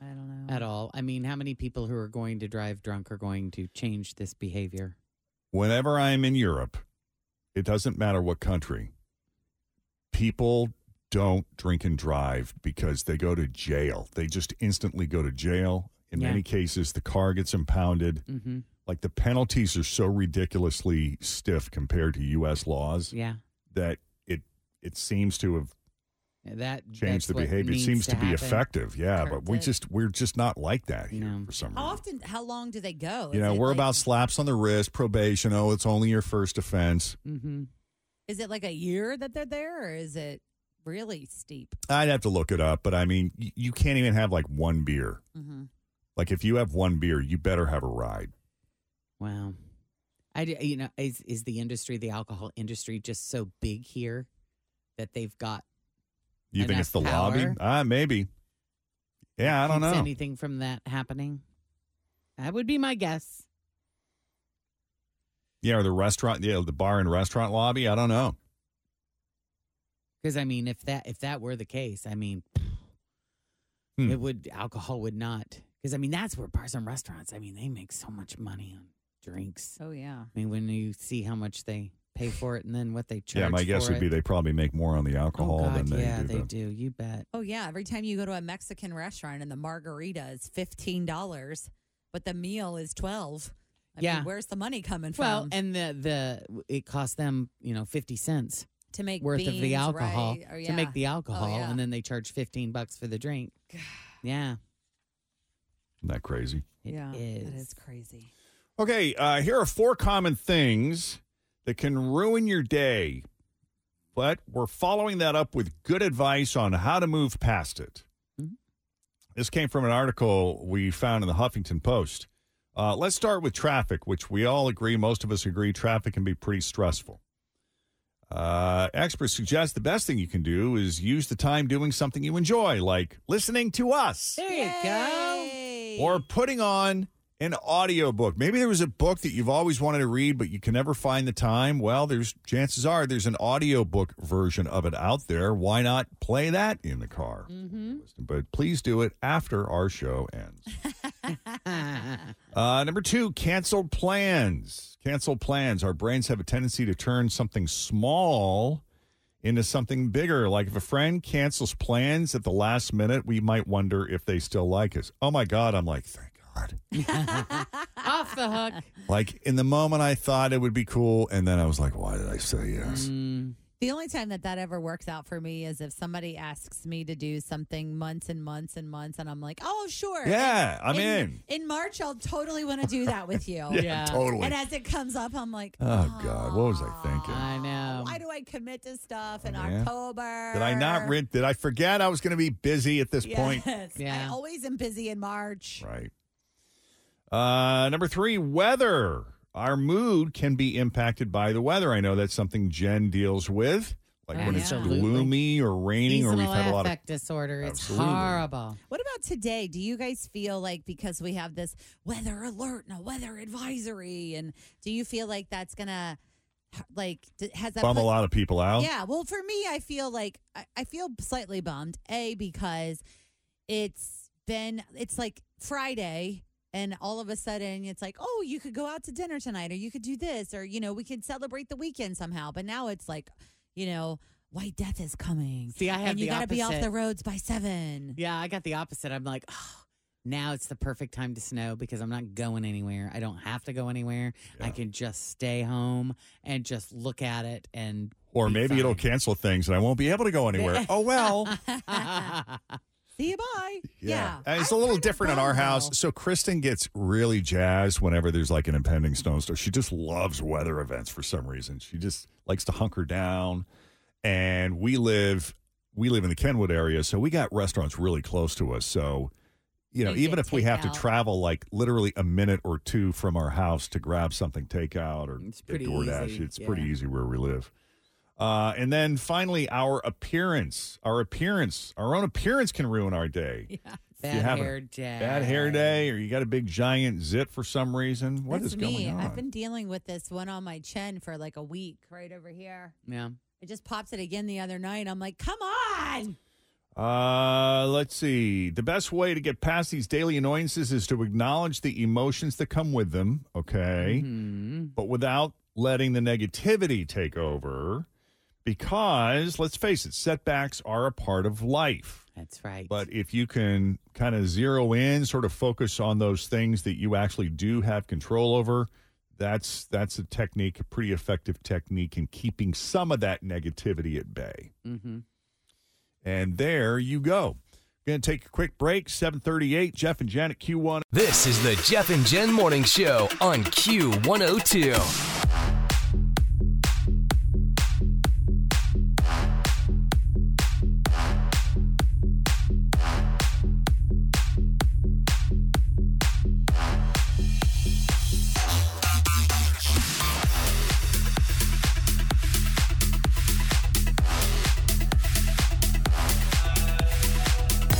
I don't know at all. I mean, how many people who are going to drive drunk are going to change this behavior? Whenever I'm in Europe, it doesn't matter what country, people don't drink and drive because they go to jail. They just instantly go to jail. In Yeah. many cases, the car gets impounded. Mm-hmm. Like the penalties are so ridiculously stiff compared to U.S. laws. Yeah, that it it seems to have that that's changed the what behavior. It needs seems to, be happen. effective, yeah. But we Correct. just we're just not like that here for some How reason. often? How long do they go? You Is know, it we're like- about slaps on the wrist, probation. Oh, it's only your first offense. Mm-hmm. Is it like a year that they're there, or is it really steep? I'd have to look it up, but I mean, y- you can't even have like one beer. Mm-hmm. Like if you have one beer, you better have a ride. Wow. I d- you know is is the industry the alcohol industry just so big here that they've got You think Enough it's the power. lobby? Ah, maybe. Yeah, I don't keeps know. anything from that happening? That would be my guess. yeah, or the restaurant, yeah, the bar and restaurant lobby. I don't know. Because I mean, if that if that were the case, I mean, Hmm. it would alcohol would not. Because I mean, that's where bars and restaurants. I mean, they make so much money on drinks. Oh yeah. I mean, when you see how much they pay for it and then what they charge. yeah, my guess for would be it. Oh, they probably make more on the alcohol God, than they yeah, do. they the- do. You bet. Oh yeah. Every time you go to a Mexican restaurant and the margarita is fifteen dollars, but the meal is twelve. I Yeah. Mean, where's the money coming from? Well, and the the it cost them you know fifty cents to make worth of beans, the alcohol right? Or, to yeah. make the Oh, alcohol, yeah. and then they charge fifteen bucks for the drink. Yeah, Isn't that crazy? it yeah, that is. is crazy. Okay, uh, here are four common things that can ruin your day, but we're following that up with good advice on how to move past it. This came from an article we found in the Huffington Post. Uh, let's start with traffic, which we all agree, most of us agree, traffic can be pretty stressful. Uh, experts suggest the best thing you can do is use the time doing something you enjoy, like listening to us There you go. or putting on an audiobook. Maybe there was a book that you've always wanted to read but you can never find the time. Well, there's chances are there's an audiobook version of it out there. Why not play that in the car? But please do it after our show ends. Uh, number two, canceled plans. Canceled plans. Our brains have a tendency to turn something small into something bigger. Like if a friend cancels plans at the last minute, we might wonder if they still like us. Oh my God, I'm like, thank Off the hook. like in the moment I thought it would be cool, and then I was like, why did I say yes? The only time that that ever works out for me is if somebody asks me to do something months and months and months, and I'm like, oh, sure. Yeah, I'm In March, I'll totally want to do that with you. Yeah, Yeah. totally. And as it comes up, I'm like, Oh God, what was I thinking? I know. why do I commit to stuff in Yeah. October? Did I not rent? Did I forget I was going to be busy at this point? Yes. I always am busy in March. Right. Uh, number three, weather. Our mood can be impacted by the weather. I know that's something Jen deals with, like when it's Absolutely. gloomy or raining, or Seasonal we've had a lot of affect disorder. It's Absolutely. horrible. What about today? Do you guys feel like because we have this weather alert and a weather advisory, and do you feel like that's gonna like d- has that bum a put- lot of people out. Yeah. Well, for me, I feel like I, I feel slightly bummed. A because it's been it's like Friday. And all of a sudden, it's like, oh, you could go out to dinner tonight, or you could do this, or you know, we could celebrate the weekend somehow. But now it's like, you know, white death is coming. See, I have and you the gotta be off opposite. the roads by seven. Yeah, I got the opposite. I'm like, oh, now it's the perfect time to snow because I'm not going anywhere. I don't have to go anywhere. I can just stay home and just look at it. And Or maybe it'll cancel things and I won't be able to go anywhere. Oh, well. See you, bye. Yeah. Uh, It's a little different in our house. So Kristen gets really jazzed whenever there's like an impending snowstorm. She just loves weather events for some reason. She just likes to hunker down. And we live we live in the Kenwood area, so we got restaurants really close to us. So you know, You even get if we have takeout. to travel like literally a minute or two from our house to grab something takeout or it's pretty DoorDash, easy, it's pretty yeah. easy where we live. Uh, and then finally, our appearance, our appearance, our own appearance can ruin our day. If you Bad have a hair day. Bad hair day, or you got a big giant zit for some reason. What is That's me. going on? I've been dealing with this one on my chin for like a week, right over here. yeah. I just popped it again the other night. I'm like, come on. Uh, let's see. The best way to get past these daily annoyances is to acknowledge the emotions that come with them, okay? Mm-hmm. But without letting the negativity take over, because let's face it, setbacks are a part of life. That's right. But if you can kind of zero in, sort of focus on those things that you actually do have control over, that's that's a technique, a pretty effective technique in keeping some of that negativity at bay. Mm-hmm. And there you go. Going to take a quick break. 738, Jeff and Janet Q1. This is the Jeff and Jen Morning Show on Q102.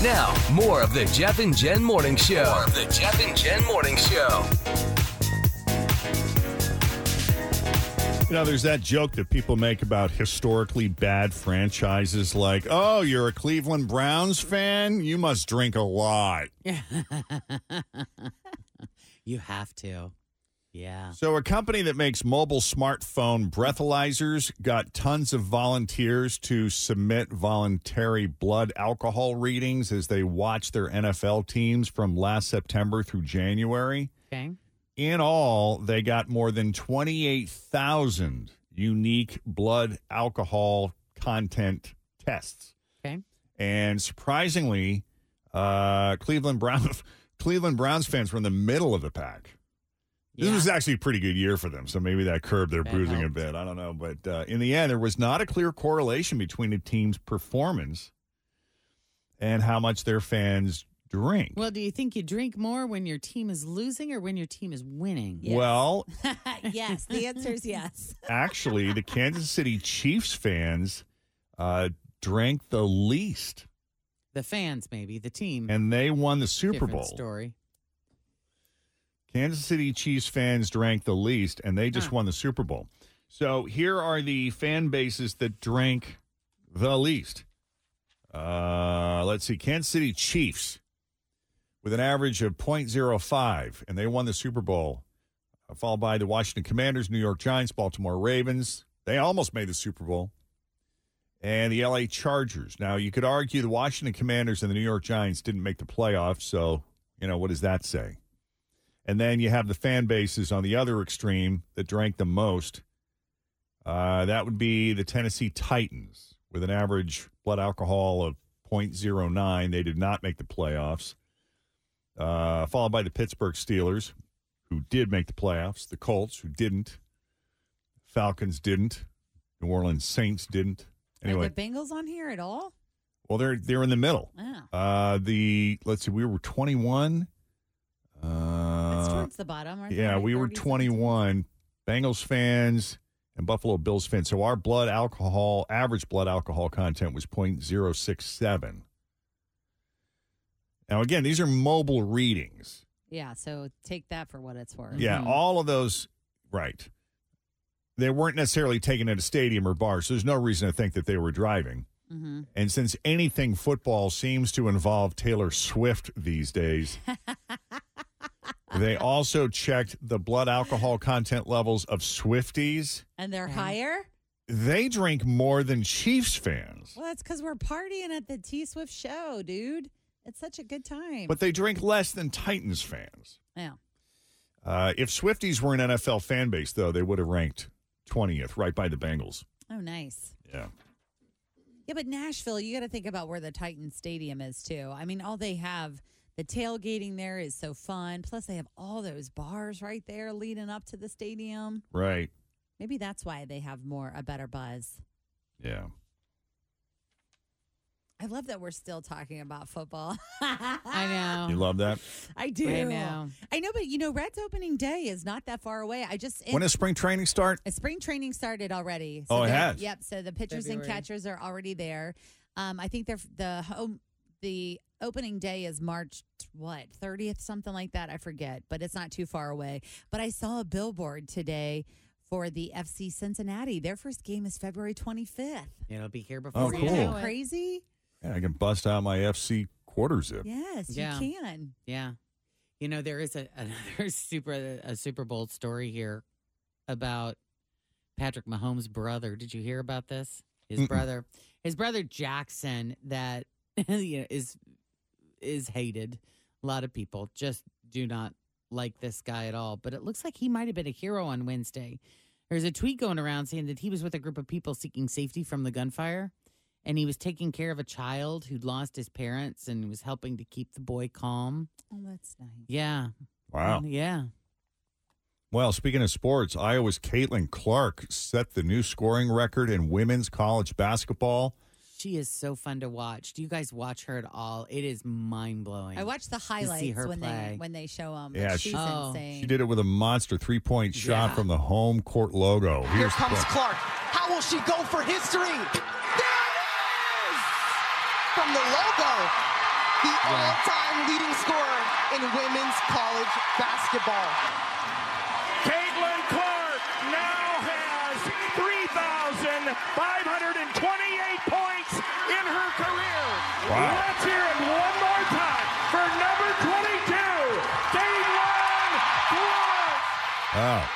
Now, more of the Jeff and Jen Morning Show. More of the Jeff and Jen Morning Show. You know, there's that joke that people make about historically bad franchises like, oh, you're a Cleveland Browns fan? You must drink a lot. You have to. Yeah. So, a company that makes mobile smartphone breathalyzers got tons of volunteers to submit voluntary blood alcohol readings as they watch their NFL teams from last September through January. Okay. In all, they got more than 28,000 unique blood alcohol content tests. Okay. And surprisingly, uh, Cleveland Browns Cleveland Browns fans were in the middle of the pack. This was actually a pretty good year for them, so maybe that curbed their That bruising a helped. bit. I don't know, but uh, in the end, there was not a clear correlation between a team's performance and how much their fans drink. Well, do you think you drink more when your team is losing or when your team is winning? Well, yes. The answer is yes. actually, the Kansas City Chiefs fans uh, drank the least, The fans, maybe the team. and they won the Super Different Bowl. story. Kansas City Chiefs fans drank the least, and they just Ah. won the Super Bowl. So here are the fan bases that drank the least. Uh, let's see, Kansas City Chiefs with an average of 0.05, and they won the Super Bowl. Uh, Followed by the Washington Commanders, New York Giants, Baltimore Ravens. They almost made the Super Bowl. and the LA Chargers. Now, you could argue the Washington Commanders and the New York Giants didn't make the playoffs, so, you know, what does that say? And then you have the fan bases on the other extreme that drank the most. Uh, that would be the Tennessee Titans with an average blood alcohol of 0.09. They did not make the playoffs. Uh, followed by the Pittsburgh Steelers, who did make the playoffs, the Colts, who didn't, Falcons didn't, New Orleans Saints didn't. Anyway, Are the Bengals on here at all? well, they're they're in the middle. Oh. Uh, the let's see, we were 21. Uh, That's towards the bottom, right? yeah, we were 21. Bengals fans and Buffalo Bills fans. So our blood alcohol, average blood alcohol content was 0.067. Now, again, these are mobile readings. Yeah, so take that for what it's worth. Yeah, all of those, right. They weren't necessarily taken at a stadium or bar, so there's no reason to think that they were driving. Mm-hmm. And since anything football seems to involve Taylor Swift these days, they also checked the blood alcohol content levels of Swifties. And they're higher? They drink more than Chiefs fans, Well, that's because we're partying at the T Swift show, dude. It's such a good time. but they drink less than Titans fans. yeah. Uh, if Swifties were an NFL fan base, though, they would have ranked 20th, right by the Bengals. Oh, nice. Yeah. Yeah, but Nashville, you got to think about where the Titan Stadium is too. I mean, all they have the tailgating there is so fun. Plus, they have all those bars right there leading up to the stadium. Right. Maybe that's why they have more a better buzz. Yeah. I love that we're still talking about football. I know. You love that? Oh. I do. I know. I know, but you know, Reds opening day is not that far away. I just When does spring training start? Uh, Spring training started already. Oh, it they're- has? Yep. So the pitchers and February. catchers are already there. Um, I think they're f- the home the opening day is March t- what thirtieth something like that. I forget, but it's not too far away. But I saw a billboard today for the FC Cincinnati. Their first game is February twenty fifth. It'll be here before. Oh, you cool. know it. Crazy. Yeah, I can bust out my FC quarter zip. Yes, Yeah. you can. Yeah. You know, there is a, another super a Super Bowl story here about Patrick Mahomes' brother. Did you hear about this? His Mm-mm. brother, his brother Jackson, that you know, is is hated. A lot of people just do not like this guy at all. But it looks like he might have been a hero on Wednesday. There's a tweet going around saying that he was with a group of people seeking safety from the gunfire and he was taking care of a child who'd lost his parents and was helping to keep the boy calm. Oh, that's nice. Yeah. mm, Wow. Yeah. Well, speaking of sports, Iowa's Caitlin Clark set the new scoring record in women's college basketball. She is so fun to watch. Do you guys watch her at all? It is mind blowing. I watched the see highlights her when play. they when they show them. Yeah, she's she- Oh. insane. She did it with a monster three point shot Yeah. from the home court logo. Here Here's the comes play. Clark. How will she go for history? There it is! From the logo, the all-time leading scorer in women's college basketball. Caitlin Clark now has 3,528 points in her career. Wow. Let's hear it one more time for number 22, Caitlin Clark. Oh.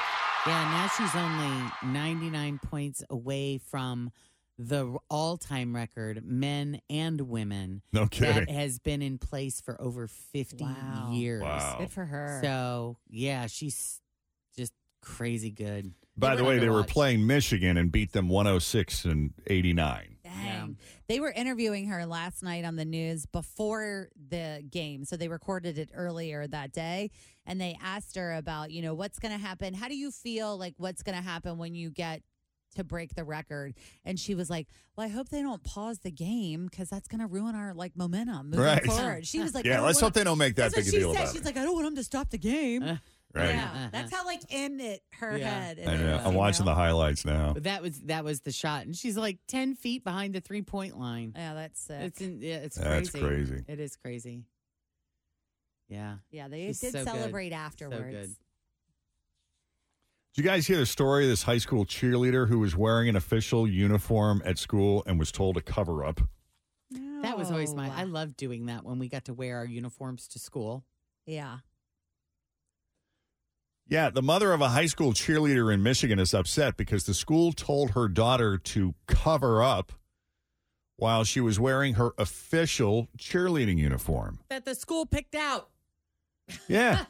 Yeah, now she's only 99 points away from the all time record, men and women. No That kidding. has been in place for over 50 Wow. years. Wow. Good for her. So, yeah, she's just crazy good. By the way, they were playing Michigan and beat them 106 and 89. Dang. They were interviewing her last night on the news before the game. So they recorded it earlier that day. And they asked her about, you know, what's going to happen? How do you feel like what's going to happen when you get to break the record? And she was like, well, I hope they don't pause the game because that's going to ruin our like momentum moving Right. forward. She was like, Yeah, "I don't let's wanna-" hope they don't make that That's what big a she deal said. about She's it. like, I don't want them to stop the game. Right. Yeah. That's how like in it her Uh-huh. Yeah. head. I know. I'm watching the highlights now. But that was that was the shot, and she's like ten feet behind the three point line. Yeah, that's sick. It's in, yeah, it's That's crazy. crazy. It is crazy. Yeah, Yeah, they She's did so good. celebrate So afterwards. good. Did you guys hear the story of this high school cheerleader who was wearing an official uniform at school and was told to cover up? That was always my. No. I loved doing that when we got to wear our uniforms to school. Yeah. Yeah, the mother of a high school cheerleader in Michigan is upset because the school told her daughter to cover up while she was wearing her official cheerleading uniform. that the school picked out. Yeah.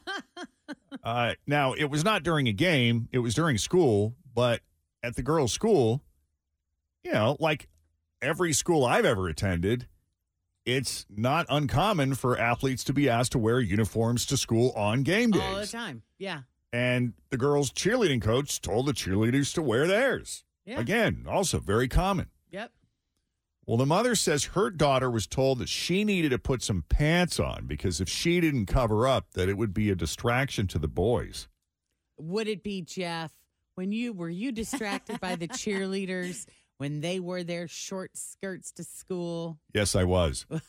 uh, now, it was not during a game, it was during school, but at the girls' school, you know, like every school I've ever attended, it's not uncommon for athletes to be asked to wear uniforms to school on game days. all the time. Yeah. And the girls' cheerleading coach told the cheerleaders to wear theirs. Yeah. Again, also very common. Yep. Well, the mother says her daughter was told that she needed to put some pants on because if she didn't cover up, that it would be a distraction to the boys. Would it be Jeff when you were you distracted by the cheerleaders when they wore their short skirts to school? Yes, I was. So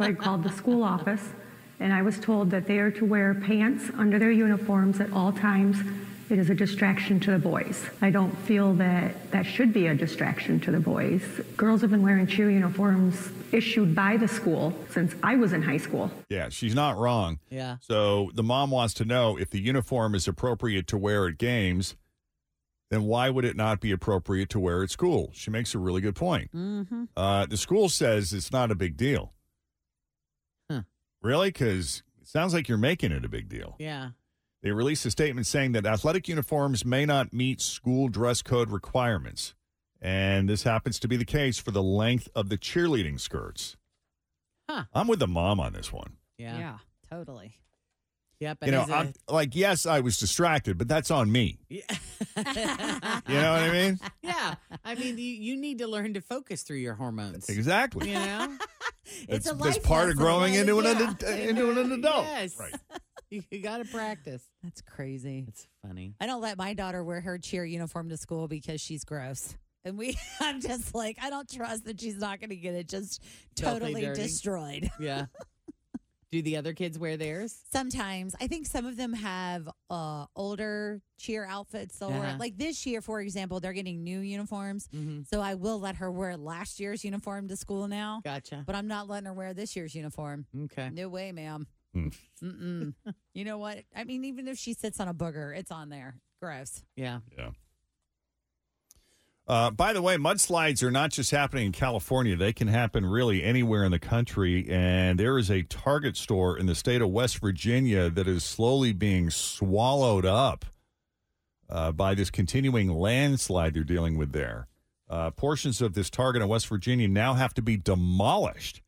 I called the school office, and I was told that they are to wear pants under their uniforms at all times. It is a distraction to the boys. I don't feel that that should be a distraction to the boys. Girls have been wearing cheer uniforms issued by the school since I was in high school. Yeah, she's not wrong. Yeah. So the mom wants to know if the uniform is appropriate to wear at games, then why would it not be appropriate to wear at school? She makes a really good point. Mm. Mm-hmm. Uh, the school says it's not a big deal. Huh. Really? Because it sounds like you're making it a big deal. Yeah. They released a statement saying that athletic uniforms may not meet school dress code requirements. And this happens to be the case for the length of the cheerleading skirts. Huh. I'm with the mom on this one. Yeah. Yeah. Totally. Yep. you know, I'm like, yes, I was distracted, but that's on me. You know what I mean? yeah. I mean, you, you need to learn to focus through your hormones. Exactly. You know? It's That's- a that's life part of lesson, growing right? into an ad- into an adult. Yes. Right. You, got to practice. That's crazy. It's funny. I don't let my daughter wear her cheer uniform to school because she's gross. And we, I'm just like, I don't trust that she's not going to get it just Filthy totally dirty. destroyed. Yeah. Do the other kids wear theirs? Sometimes I think some of them have uh, older cheer outfits. They'll wear Uh-huh. like this year, for example, they're getting new uniforms. Mm-hmm. So I will let her wear last year's uniform to school now. Gotcha. But I'm not letting her wear this year's uniform. Okay. No way, ma'am. Hmm. Mm-mm. you know what? I mean, even if she sits on a booger, it's on there. Gross. Yeah. Yeah. Uh, by the way, mudslides are not just happening in California. They can happen really anywhere in the country. And there is a Target store in the state of West Virginia that is slowly being swallowed up uh, by this continuing landslide they're dealing with there. Uh, portions of this Target in West Virginia now have to be demolished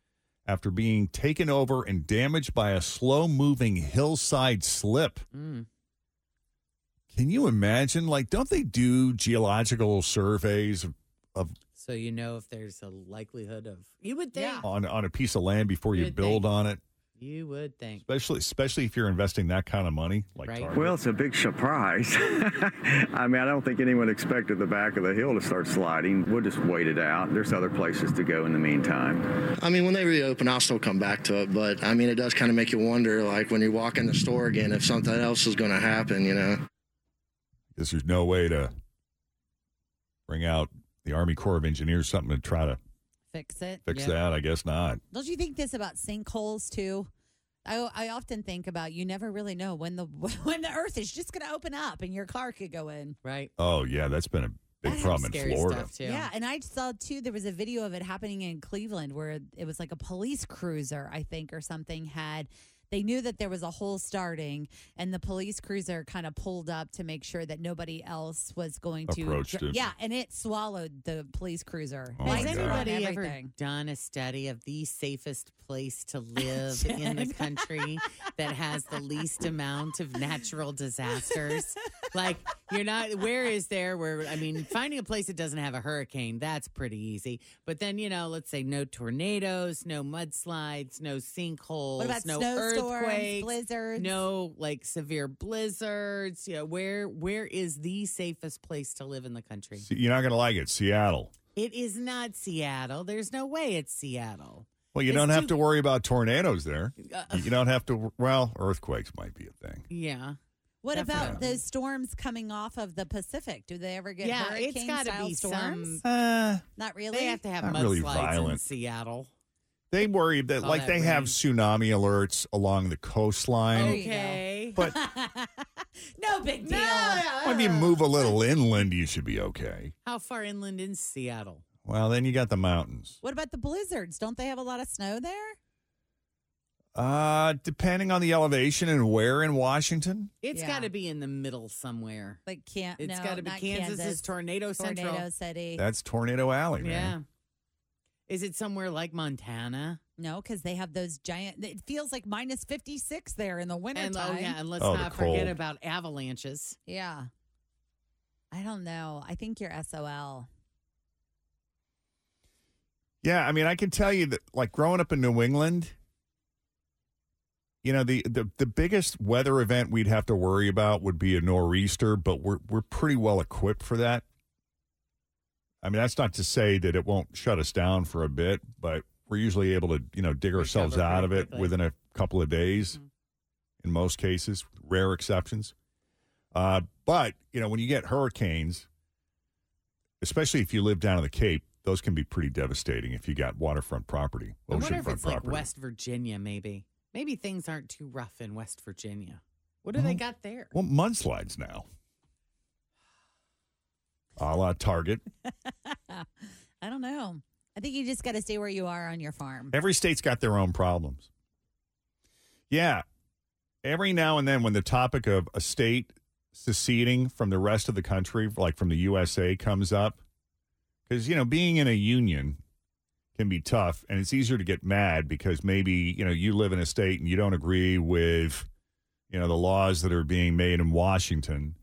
after being taken over and damaged by a slow moving hillside slip. Mm. Can you imagine? Like, don't they do geological surveys of, of So you know if there's a likelihood of. You would think. on on a piece of land before you Good build thing. on it? You would think. Especially, especially if you're investing that kind of money, like Right. Target. Well, it's a big surprise. I mean, I don't think anyone expected the back of the hill to start sliding. We'll just wait it out. There's other places to go in the meantime. I mean, when they reopen, I'll still come back to it, but I mean, it does kind of make you wonder, like when you walk in the store again, if something else is going to happen, you know. Because there's no way to bring out the Army Corps of Engineers something to try to Fix it. fix that. I guess not. Don't you think this about sinkholes too? I, I often think about you never really know when the when the earth is just going to open up and your car could go in. Right. Oh yeah, that's been a big problem in Florida. Yeah, and I saw too there was a video of it happening in Cleveland where it was like a police cruiser, I think, or something had they knew that there was a hole starting and the police cruiser kind of pulled up to make sure that nobody else was going to Approached it. Oh Yeah, and it swallowed the police cruiser. Has Lights were on, anybody ever everything. done a study of the safest place to live in the country that has the least amount of natural disasters? Like, you're not, where is there where, I mean, finding a place that doesn't have a hurricane, that's pretty easy. But then, you know, let's say no tornadoes, no mudslides, no sinkholes, What about no snowstorms, earthquakes, blizzards? no like severe blizzards. Yeah, where where is the safest place to live in the country? See, You're not going to like it, Seattle. It is not Seattle. There's no way it's Seattle. Well, you It's don't have too- to worry about tornadoes there. Uh, you don't have to. Well, earthquakes might be a thing. Yeah. What about Definitely. those storms coming off of the Pacific? Do they ever get Yeah, hurricane it's got to style be storms? some. Not really. They have to have Uh, Not mudslides really in violent. Seattle. They worry that, All like, that they have tsunami alerts along the coastline. Okay. But- no big deal. Well, if you move a little inland, you should be okay. How far inland in Seattle? Well, then you got the mountains. What about the blizzards? Don't they have a lot of snow there? Uh, depending on the elevation and where in Washington. It's got to be in the middle somewhere. Like can't. It's no, got to be not Kansas, is tornado, central. Tornado City. That's Tornado Alley, man. Yeah. Is it somewhere like Montana? No, because they have those giant. It feels like minus fifty six there in the wintertime. And, oh, yeah, and let's Oh, the not forget cold. about avalanches. Yeah. I don't know. I think you're SOL. Yeah, I mean, I can tell you that, like growing up in New England, you know, the the, the biggest weather event we'd have to worry about would be a nor'easter, but we're we're pretty well equipped for that. I mean, that's not to say that it won't shut us down for a bit, but we're usually able to, you know, dig ourselves Recover out of pretty it quickly. Mm-hmm. within a couple of days. In most cases, rare exceptions. Uh, but you know, when you get hurricanes, especially if you live down in the Cape, those can be pretty devastating if you got waterfront property, I wonder if oceanfront it's like property. West Virginia, maybe. Maybe things aren't too rough in West Virginia. What do they got there? well, mudslides now, a la Target. I don't know. I think you just got to stay where you are on your farm. Every state's got their own problems. Yeah. Every now and then, when the topic of a state seceding from the rest of the country, like from the USA, comes up, because, you know, being in a union can be tough and it's easier to get mad because maybe, you know, you live in a state and you don't agree with, you know, the laws that are being made in Washington.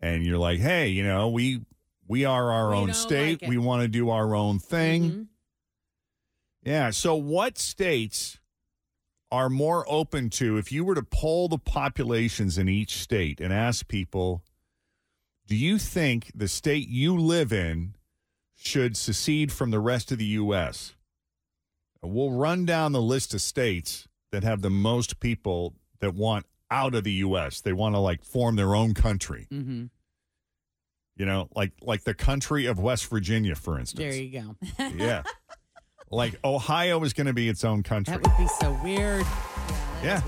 And you're like, hey, you know, we, we are our We own don't state. like it." Mm-hmm. we want to do our own thing. Yeah. So, what states are more open to, if you were to poll the populations in each state and ask people, do you think the state you live in should secede from the rest of the U.S.? And We'll run down the list of states that have the most people that want out of the U.S., they want to like form their own country. Mm-hmm. You know, like like the country of West Virginia, for instance. There you go. Yeah. like Ohio is going to be its own country. That would be so weird. yeah.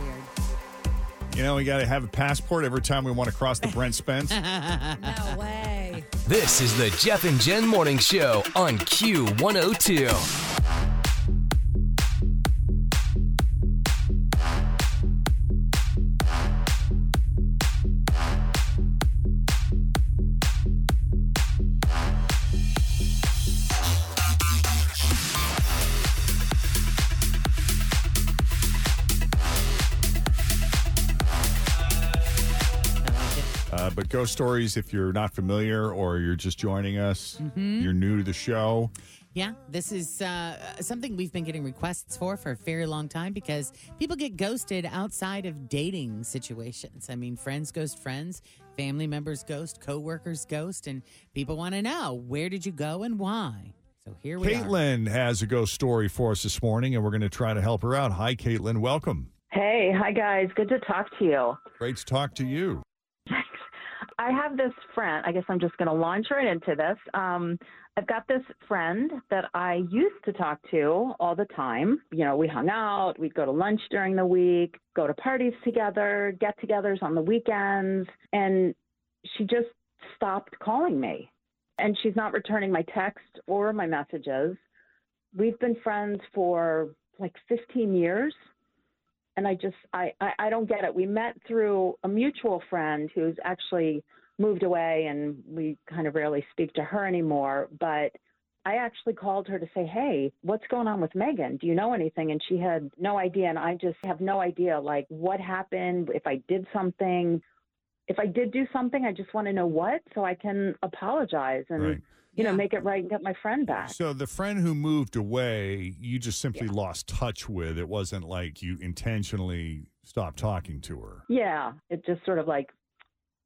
You know, we got to have a passport every time we want to cross the Brent Spence. no way. This is the Jeff and Jen Morning Show on Q102. Uh, but ghost stories, if you're not familiar or you're just joining us, Mhm. you're new to the show. Yeah, this is uh, something we've been getting requests for for a very long time because people get ghosted outside of dating situations. I mean, friends ghost friends, family members ghost, coworkers ghost, and people want to know where did you go and why. So here we are. Caitlin has a ghost story for us this morning, and we're going to try to help her out. Hi, Caitlin. Welcome. Hey, hi guys. Good to talk to you. Great to talk to you. I have this friend. I guess I'm just going to launch right into this. Um, I've got this friend that I used to talk to all the time. You know, we hung out, we'd go to lunch during the week, go to parties together, get togethers on the weekends. And she just stopped calling me. And she's not returning my text or my messages. We've been friends for like 15 years and I just I, I I don't get it. We met through a mutual friend who's actually moved away, and we kind of rarely speak to her anymore. But I actually called her to say, "Hey, what's going on with Megan? Do you know anything?" And she had no idea, and I just have no idea like what happened, if I did something. If I did do something, I just want to know what so I can apologize and Right. you know make it right and get my friend back. So, the friend who moved away, you just simply lost touch with. It wasn't like you intentionally stopped talking to her. Yeah, it just sort of like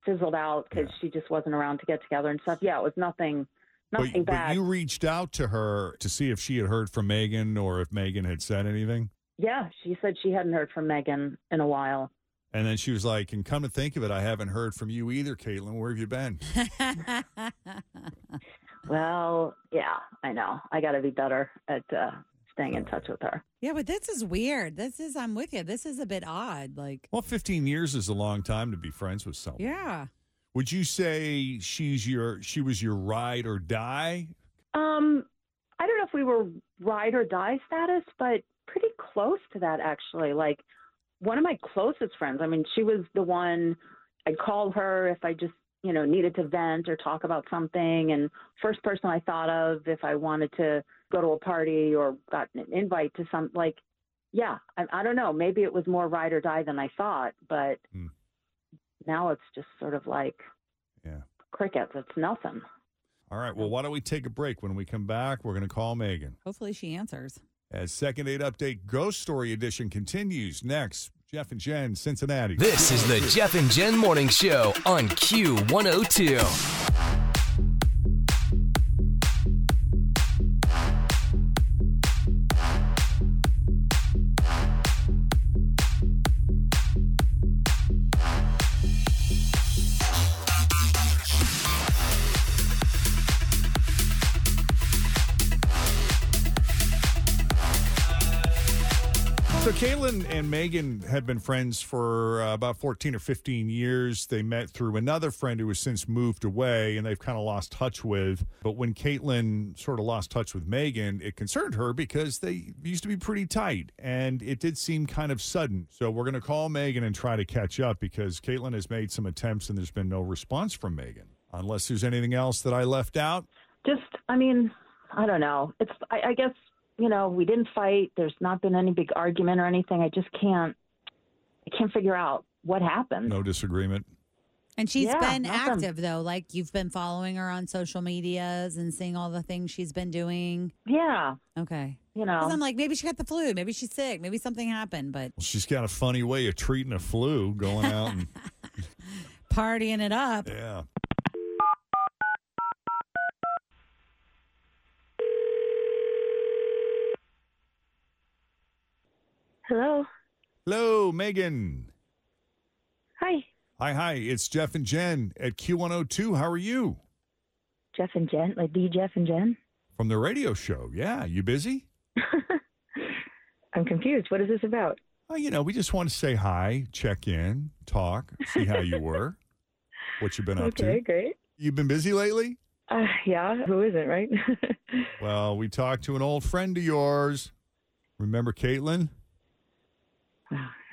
fizzled out because she just wasn't around to get together and stuff. Yeah, it was nothing, But, nothing but bad. you reached out to her to see if she had heard from Megan or if Megan had said anything. yeah, she said she hadn't heard from Megan in a while. And then she was like, and come to think of it, I haven't heard from you either, Caitlin. Where have you been? Well, yeah, I know. I got to be better at uh, staying in touch with her. Yeah, but this is weird. This is I'm with you. This is a bit odd. Like Well, 15 years is a long time to be friends with someone. yeah. Would you say she's your she was your ride or die? Um, I don't know if we were ride or die status, but pretty close to that actually. Like one of my closest friends. I mean, she was the one I'd call her if I just you know needed to vent or talk about something, and first person I thought of if I wanted to go to a party or got an invite to some like. Yeah, I, I don't know. Maybe it was more ride or die than I thought, but now it's just sort of like Yeah. crickets. It's nothing. All right. Well, why don't we take a break? When we come back, we're going to call Megan. Hopefully she answers. As Second Date Update Ghost Story Edition continues next, Jeff and Jen, Cincinnati. This is the Jeff and Jen Morning Show on Q102. So Caitlin and Megan have been friends for uh, about 14 or 15 years. They met through another friend who has since moved away and they've kind of lost touch with. But when Caitlin sort of lost touch with Megan, it concerned her because they used to be pretty tight and it did seem kind of sudden. So we're going to call Megan and try to catch up because Caitlin has made some attempts and there's been no response from Megan. Unless there's anything else that I left out. just i mean i don't know it's I, I guess you know we didn't fight there's not been any big argument or anything i just can't i can't figure out what happened No disagreement. And she's Yeah, been nothing. active though. Like you've been following her on social medias and seeing all the things she's been doing. Yeah. Okay. You know. I'm like, maybe she got the flu. Maybe she's sick. Maybe something happened, but Well, she's got a funny way of treating a flu going out and partying it up. yeah. Hello. Hello, Megan. Hi. Hi, hi. It's Jeff and Jen at Q102. How are you? Jeff and Jen, like the Jeff and Jen. From the radio show. Yeah. You busy? I'm confused. What is this about? Oh, you know, we just want to say hi, check in, talk, see how you were, what you've been up okay, to. great. You've been busy lately? Uh, yeah, who isn't, right? Well, we talked to an old friend of yours. Remember Caitlin?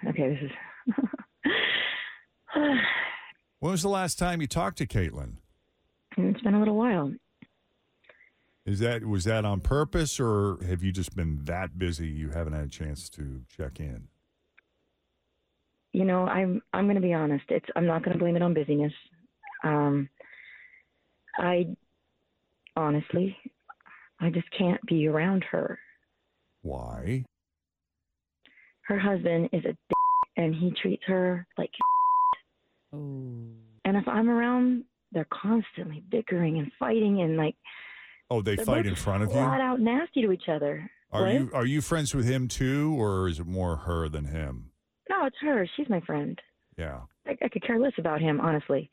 okay, this is. When was the last time you talked to Caitlin? it's been a little while. Is that was that on purpose or have you just been that busy you haven't had a chance to check in? You know, I'm I'm going to be honest. It's I'm not going to blame it on busyness. Um, I honestly, I just can't be around her. Why? her husband is a d- and he treats her like and if i'm around they're constantly bickering and fighting and like Oh, they they're fight both in front of you? flat out nasty to each other Are What? you are you friends with him too, or is it more her than him? no it's her she's my friend Yeah. I, I could care less about him honestly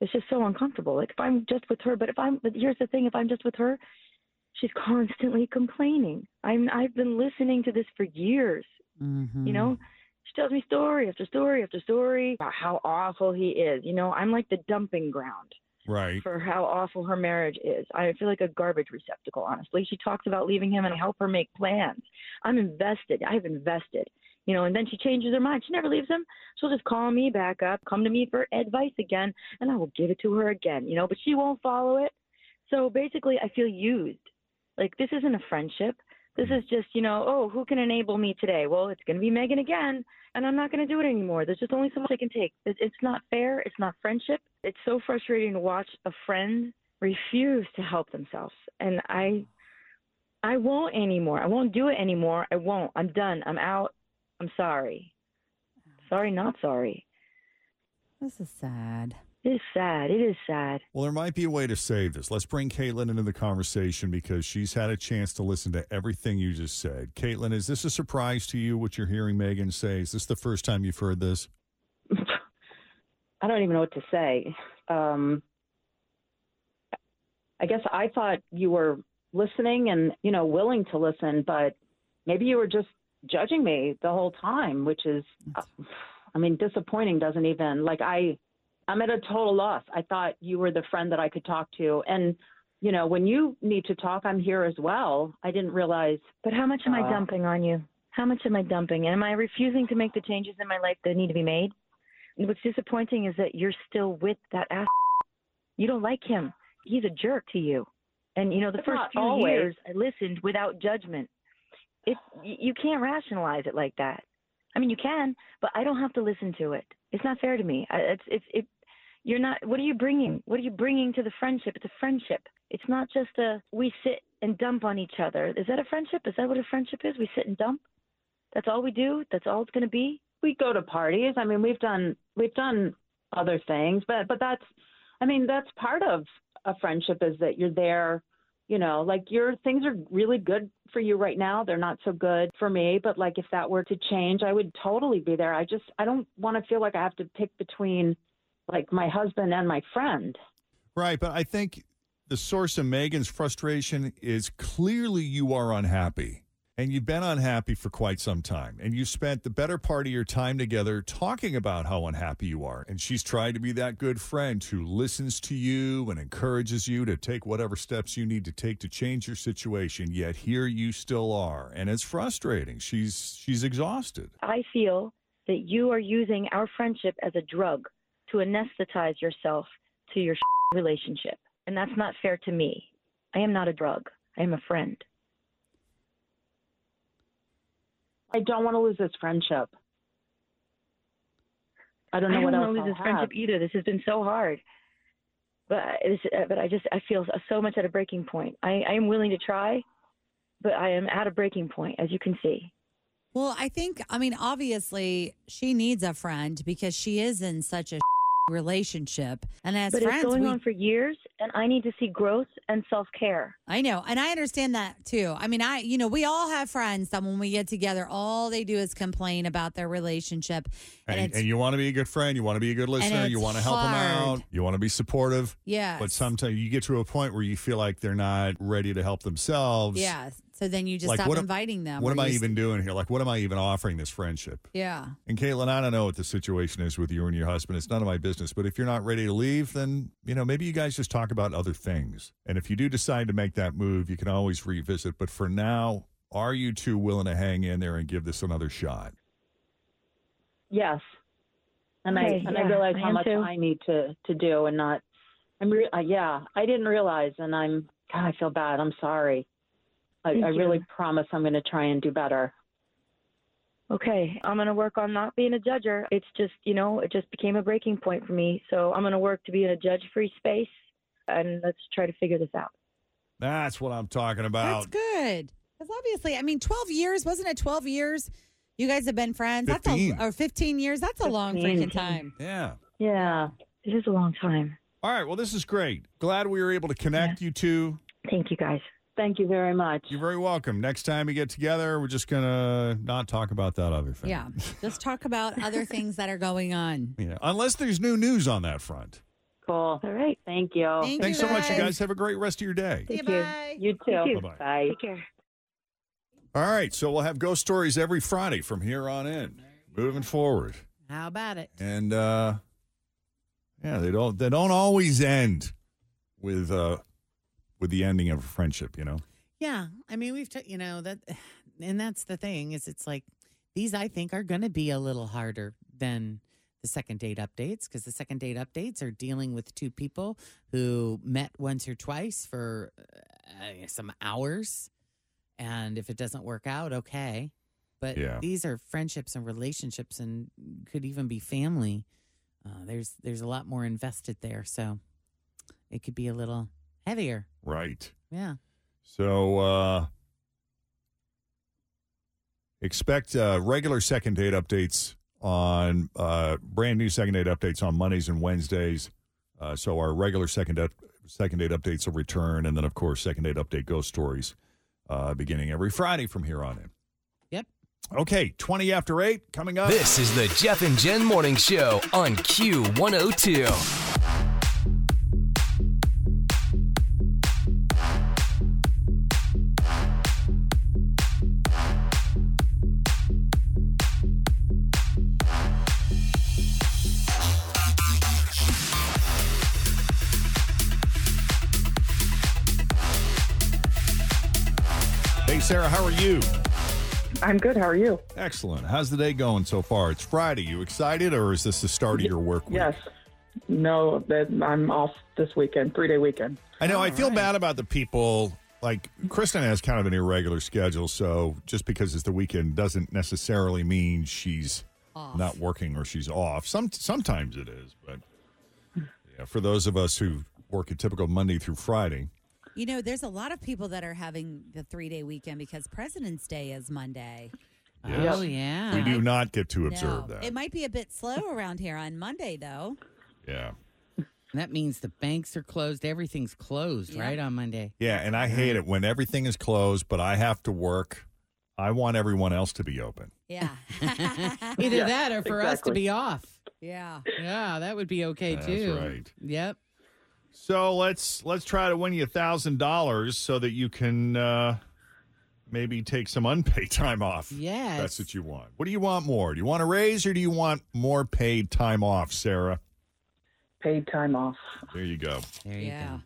it's just so uncomfortable like if i'm just with her but if i'm but here's the thing if i'm just with her she's constantly complaining i'm i've been listening to this for years you know she tells me story after story after story about how awful he is you know i'm like the dumping ground Right. for how awful her marriage is i feel like a garbage receptacle honestly she talks about leaving him and I help her make plans i'm invested i've invested you know and then she changes her mind she never leaves him she'll just call me back up come to me for advice again and i will give it to her again you know but she won't follow it so basically i feel used like this isn't a friendship this is just you know oh who can enable me today well it's going to be megan again and i'm not going to do it anymore there's just only so much i can take It- it's not fair it's not friendship it's so frustrating to watch a friend refuse to help themselves and i i won't anymore i won't do it anymore i won't i'm done i'm out i'm sorry sorry not sorry This is sad. it is sad it is sad Well, there might be a way to save this. Let's bring Caitlin into the conversation because she's had a chance to listen to everything you just said. Caitlin, is this a surprise to you what you're hearing Megan say? Is this the first time you've heard this? I don't even know what to say. Um, I guess I thought you were listening and you know willing to listen, but maybe you were just judging me the whole time, which is, uh, I mean, disappointing. Doesn't even like I, I'm at a total loss. I thought you were the friend that I could talk to, and you know, when you need to talk, I'm here as well. I didn't realize. But how much am I Uh, dumping on you? How much am I dumping? Am I refusing to make the changes in my life that need to be made? What's disappointing is that you're still with that ass. You don't like him. He's a jerk to you. And you know, the But first not few always. years I listened without judgment. If y- you can't rationalize it like that. I mean, you can, but I don't have to listen to it. It's not fair to me. I, it's it's it. You're not. What are you bringing? What are you bringing to the friendship? It's a friendship. It's not just a we sit and dump on each other. Is that a friendship? Is that what a friendship is? We sit and dump. That's all we do. That's all it's going to be. We go to parties. I mean, we've done we've done other things, but but that's I mean, that's part of a friendship is that you're there, you know, like your things are really good for you right now. They're not so good for me, but like if that were to change, I would totally be there. I just I don't want to feel like I have to pick between like my husband and my friend. Right, but I think the source of Megan's frustration is clearly you are unhappy. And you've been unhappy for quite some time. And you spent the better part of your time together talking about how unhappy you are. And she's tried to be that good friend who listens to you and encourages you to take whatever steps you need to take to change your situation. Yet here you still are. And it's frustrating. She's she's exhausted. I feel that you are using our friendship as a drug to anesthetize yourself to your relationship. And that's not fair to me. I am not a drug. I am a friend. I don't want to lose this friendship. I don't know what I else don't want to I'll lose this have. friendship either. This has been so hard. But I- this, uh, but I just I feel so much at a breaking point. I, I am willing to try, but I am at a breaking point, as you can see. Well, I think, I mean, obviously she needs a friend because she is in such a relationship. And as but friends, it's going we, on for years, and I need to see growth and self care. I know. And I understand that too. I mean, I, you know, we all have friends that when we get together, all they do is complain about their relationship. And, And, it's, and you want to be a good friend. You want to be a good listener. it's You want to help them hard. out. You want to be supportive. Yes. But sometimes you get to a point where you feel like they're not ready to help themselves. yeah. So then you just Like, stop what am- inviting them. What or am you I just- even doing here? Like, what am I even offering this friendship? Yeah. And Caitlin, I don't know what the situation is with you and your husband. It's none of my business. But if you're not ready to leave, then, you know, maybe you guys just talk about other things. And if you do decide to make that move, you can always revisit. But for now, are you two willing to hang in there and give this another shot? Yes. And Okay, I and yeah, I realize I how am much too. I need to to do and not. I'm re- uh, yeah. I didn't realize, and I'm God. I feel bad. I'm sorry. I, Thank I you. really promise I'm going to try and do better. Okay, I'm gonna work on not being a judger. It's just you know it just became a breaking point for me. So I'm gonna work to be in a judge free space, and let's try to figure this out. That's what I'm talking about. That's good. Because obviously, I mean, 12 years, wasn't it 12 years? You guys have been friends. That's 15. a, or 15 years. That's a long 15. freaking time. Yeah. Yeah. This is a long time. All right. Well, this is great. Glad we were able to connect you two. Thank you guys. Thank you very much. You're very welcome. Next time we get together, we're just going to not talk about that other thing. Yeah. Just talk about other things that are going on. Yeah. Unless there's new news on that front. Cool. All right. Thank you. Thank Thanks you so much, you guys. guys. Have a great rest of your day. Oh. Thank See ya, you. bye. You too. You too. Bye-bye. Bye. Take care. All right. So we'll have ghost stories every Friday from here on in, moving forward. How about it? And uh, yeah, they don't they don't always end with uh, with the ending of a friendship. You know, Yeah, I mean we've t- you know that, and that's the thing is it's like these I think are going to be a little harder than the second date updates because the second date updates are dealing with two people who met once or twice for uh, some hours, and if it doesn't work out, okay. But Yeah. these are friendships and relationships, and could even be family. Uh, there's there's a lot more invested there, so it could be a little heavier. right? Yeah. So uh, expect uh, regular second date updates on uh, brand new second date updates on Mondays and Wednesdays. Uh, so our regular second up, second date updates will return, and then of course second date update ghost stories uh, beginning every Friday from here on in. Yep. Okay, twenty after eight coming up. This is the Jeff and Jen Morning Show on Q102. Hey, Sarah, how are you? I'm good. How are you? Excellent. How's the day going so far? It's Friday. You excited, or is this the start of your work week? Yes. No, that I'm off this weekend, three day weekend. I know. I feel bad about the people. Like Kristen has kind of an irregular schedule, so just because it's the weekend doesn't necessarily mean she's Off. not working or she's off. Some sometimes it is, but yeah, for those of us who work a typical Monday through Friday, You know, there's a lot of people that are having the three day weekend because President's Day is Monday. yes, we do not get to No. observe that. It might be a bit slow around here on Monday, though. Yeah. That means the banks are closed. Everything's closed, Yeah. right, on Monday. Yeah, and I hate it when everything is closed, but I have to work. I want everyone else to be open. Yeah. Either that or for us to be off. Yeah. Yeah, that would be okay That's too. right. Yep. So let's let's try to win you a thousand dollars so that you can uh, maybe take some unpaid time off. Yes. that's what you want. What do you want more? Do you want a raise or do you want more paid time off, Sarah? Paid time off. There you go. There yeah.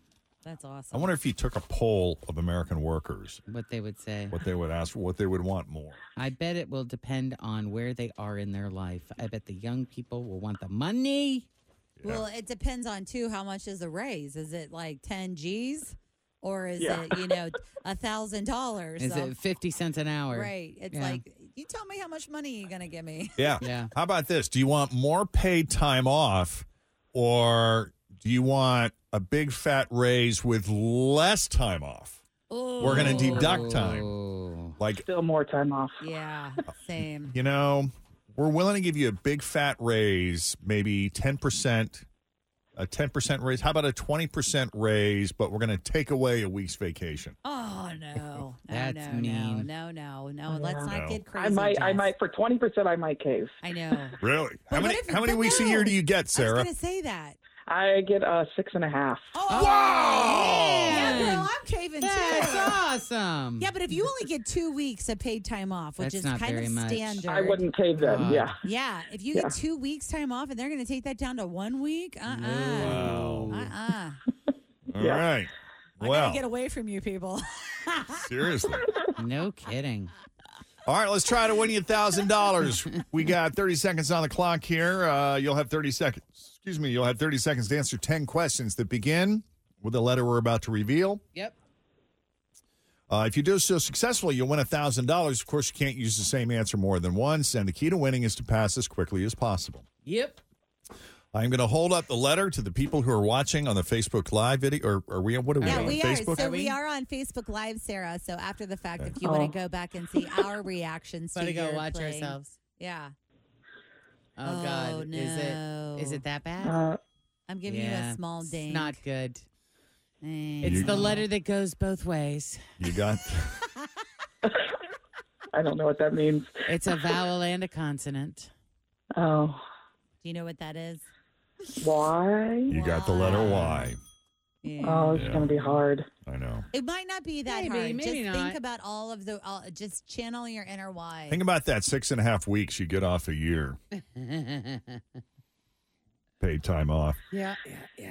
That's awesome. I wonder if you took a poll of American workers, What they would say. what they would ask, for, what they would want more. I bet it will depend on where they are in their life. I bet the young people will want the money. Well, it depends on too how much is the raise. Is it like ten G's, or is Yeah. it you know a thousand dollars? Is it 50 cents an hour? Right. It's Yeah. like you tell me how much money you're gonna give me. Yeah. Yeah. How about this? Do you want more paid time off or do you want a big fat raise with less time off? We're going to deduct time. Like, Still more time off. Yeah. Same. you know, we're willing to give you a big fat raise, maybe 10%, a 10% raise. How about a 20% raise, but we're going to take away a week's vacation? Oh no. No. That's no, mean. No. No. No. No. Let's not No. get crazy. I might, I Jess. might for twenty percent. I might cave. I know. Really? But how many what if- how many but weeks a no. year do you I get, was Sarah? gonna say that. I get uh, six and a half. Oh! Yeah, girl, I'm caving too. That's awesome. Yeah, but if you only get two weeks of paid time off, which Um, That's is not kind very of much. standard, I wouldn't cave then. God. yeah. Yeah, if you Yeah. get two weeks time off and they're going to take that down to one week, uh uh Wow. uh uh, All Yeah. right. gotta Well, get away from you people. seriously. No kidding. All right, let's try to win you thousand dollars. We got thirty seconds on the clock here. Uh, you'll have thirty seconds. Excuse me. You'll have thirty seconds to answer ten questions that begin with the letter we're about to reveal. Yep. Uh, if you do so successfully, you'll win thousand dollars. Of course, you can't use the same answer more than once, and the key to winning is to pass as quickly as possible. Yep. I'm going to hold up the letter to the people who are watching on the Facebook Live video. Or are we? on- What are we yeah, on? we are. Facebook? So we are on Facebook Live, Sarah. So after the fact, if you Oh. want to go back and see our reactions Wanna to go your watch play. ourselves? Yeah. Oh, God. Is it is it that bad? I'm giving you Yeah. a small It's ding. not good. It's It's You- the letter that goes both ways. You got. I don't know what that means. It's a vowel and a consonant. Oh, Do you know what that is? why? You got the letter Y. Oh, it's gonna be hard. I know. It might not be that Maybe, hard. maybe just not. think about all of the. All, just channel your inner why. Think about that. Six and a half weeks you get off a year. Paid time off. yeah.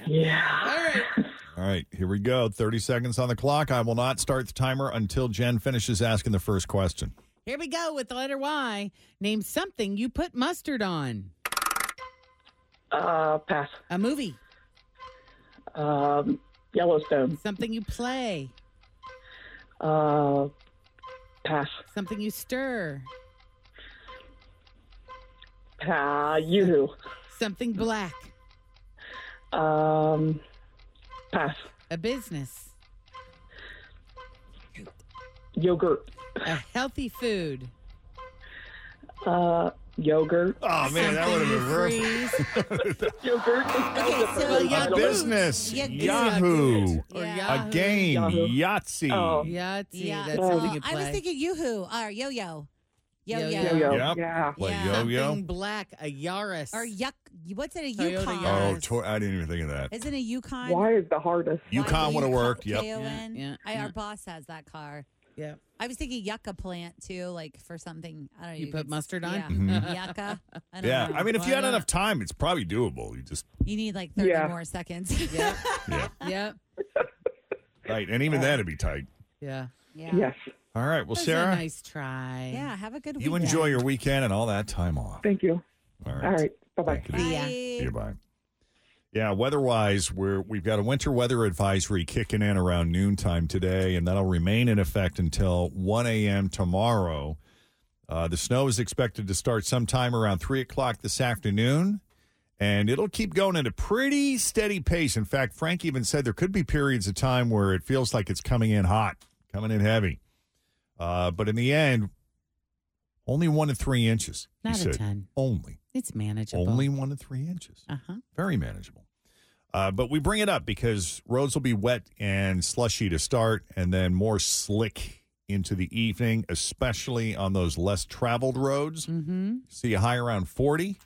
Yeah. All right. All right, here we go. 30 seconds on the clock. I will not start the timer until Jen finishes asking the first question. Here we go with the letter Y. Name something you put mustard on. Uh, pass. A movie. Um, Yellowstone. Something you play. Uh, pass. Something you stir. Pa. Uh, Yoo-hoo. Something black. Um, pass. A business. Yogurt. A healthy food. Uh, yogurt. Oh, man, that would have been rough. Yogurt. Okay, so A business, Yeah, Yahoo, Or a game, Yahoo. Oh. Yahtzee. Oh. Yahtzee. Yeah. That's uh, something you I was play. thinking yoo-hoo or yo-yo. Yo-yo. Yo-yo. Yep. Yeah. Play Something yo-yo. black. A Yaris. Or yuck. What's it? A Toyota Yukon. Oh, to- I didn't even think of that. Isn't it Yukon? Why is the hardest? UConn would have worked. Yep. K-O-N. Yeah, yeah, I, yeah. Our boss has that car. Yeah. I was thinking yucca plant too, like for something. I don't know. You put could- mustard on? Yeah. Mhm. Yucca. I don't Mm-hmm. Yeah. know. I mean, if you had enough time, it's probably doable. You just, You need like 30 Yeah. more seconds. Yeah. yeah. yep. Right. And even that'd be tight. Yeah. Yeah. Yes. All right. Well, That was Sarah, a nice try. Yeah, have a good you enjoy your weekend and all that time off. Thank you. All right. All right. Bye-bye. Take it easy. See you, bye. Yeah, weather-wise, we're we've got a winter weather advisory kicking in around noontime today, and that'll remain in effect until 1 a.m. tomorrow. Uh, the snow is expected to start sometime around three o'clock this afternoon, and it'll keep going at a pretty steady pace. In fact, Frank even said there could be periods of time where it feels like it's coming in hot, coming in heavy. Uh, but in the end, only one to three inches. he Not a said. ton. Only. It's manageable. Only one to three inches. Uh-huh. Very manageable. Uh, but we bring it up because roads will be wet and slushy to start, and then more slick into the evening, especially on those less traveled roads. Mm-hmm. See a high around 40.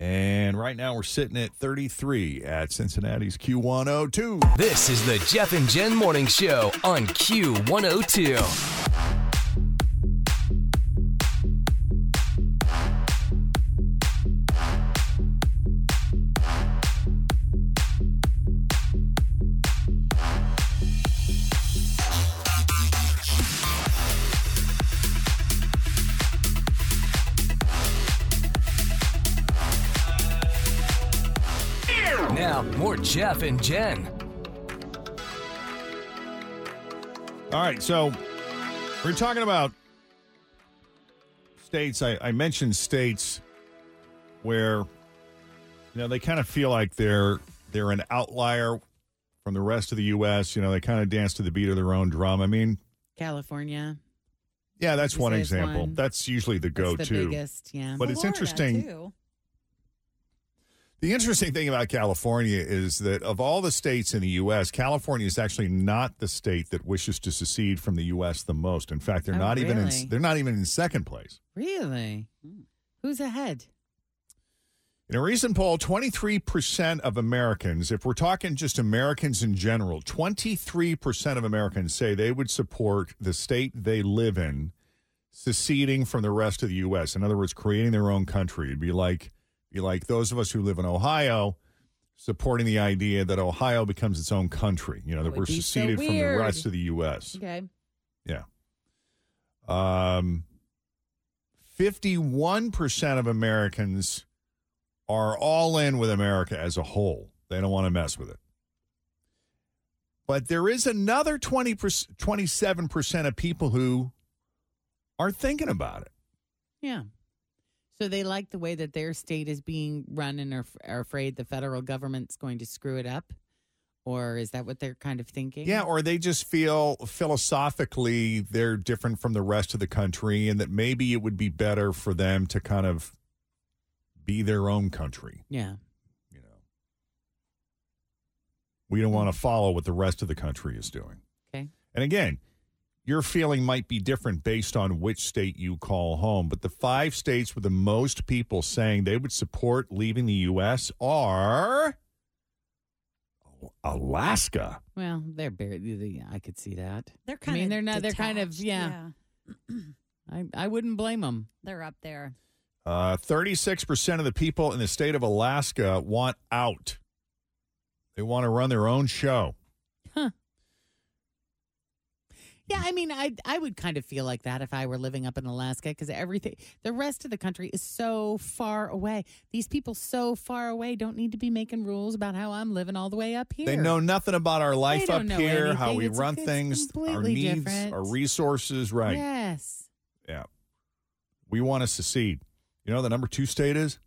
And right now we're sitting at 33 at Cincinnati's Q102. This is the Jeff and Jen Morning Show on Q102. Now, more Jeff and Jen. All right, so we're talking about states. I, I mentioned states where you know they kind of feel like they're they're an outlier from the rest of the U.S. You know, they kind of dance to the beat of their own drum. I mean, California. yeah, that's You one say it's example. one. That's usually the That's go-to. the biggest, yeah. But it's Florida, interesting- The interesting thing about California is that of all the states in the U.S., California is actually not the state that wishes to secede from the U.S. the most. In fact, they're Oh, not even really? in, they're not even in second place. Really? Who's ahead? In a recent poll, 23% of Americans, if we're talking just Americans in general, 23% of Americans say they would support the state they live in seceding from the rest of the U.S. In other words, creating their own country. It'd be like, be like those of us who live in Ohio supporting the idea that Ohio becomes its own country, you know, that, would we're be so seceded from the weird. rest of the U.S. Okay. Yeah. Um, 51% of Americans are all in with America as a whole. They don't want to mess with it. But there is another 20 27% of people who are thinking about it. Yeah. So they like the way that their state is being run and are, are afraid the federal government's going to screw it up? Or is that what they're kind of thinking? Yeah, or they just feel philosophically they're different from the rest of the country and that maybe it would be better for them to kind of be their own country. Yeah. We don't want to follow what the rest of the country is doing. Mm. Okay. And again, your feeling might be different based on which state you call home, but the five states with the most people saying they would support leaving the U.S. are Alaska. Well, they're barely. they- I could see that. They're I kind mean, of they're not. They're kind of. detached, Yeah. I I wouldn't blame them. They're up there. Uh, 36% of the people in the state of Alaska want out. They want to run their own show. Yeah, I mean, I I would kind of feel like that if I were living up in Alaska because everything, the rest of the country is so far away. These people so far away don't need to be making rules about how I'm living all the way up here. They know nothing about our life don't know up here, how anything. we It's- run it's things, our completely needs, different. our resources. Right. Yes. Yeah. We want to secede. You know, the number two state is?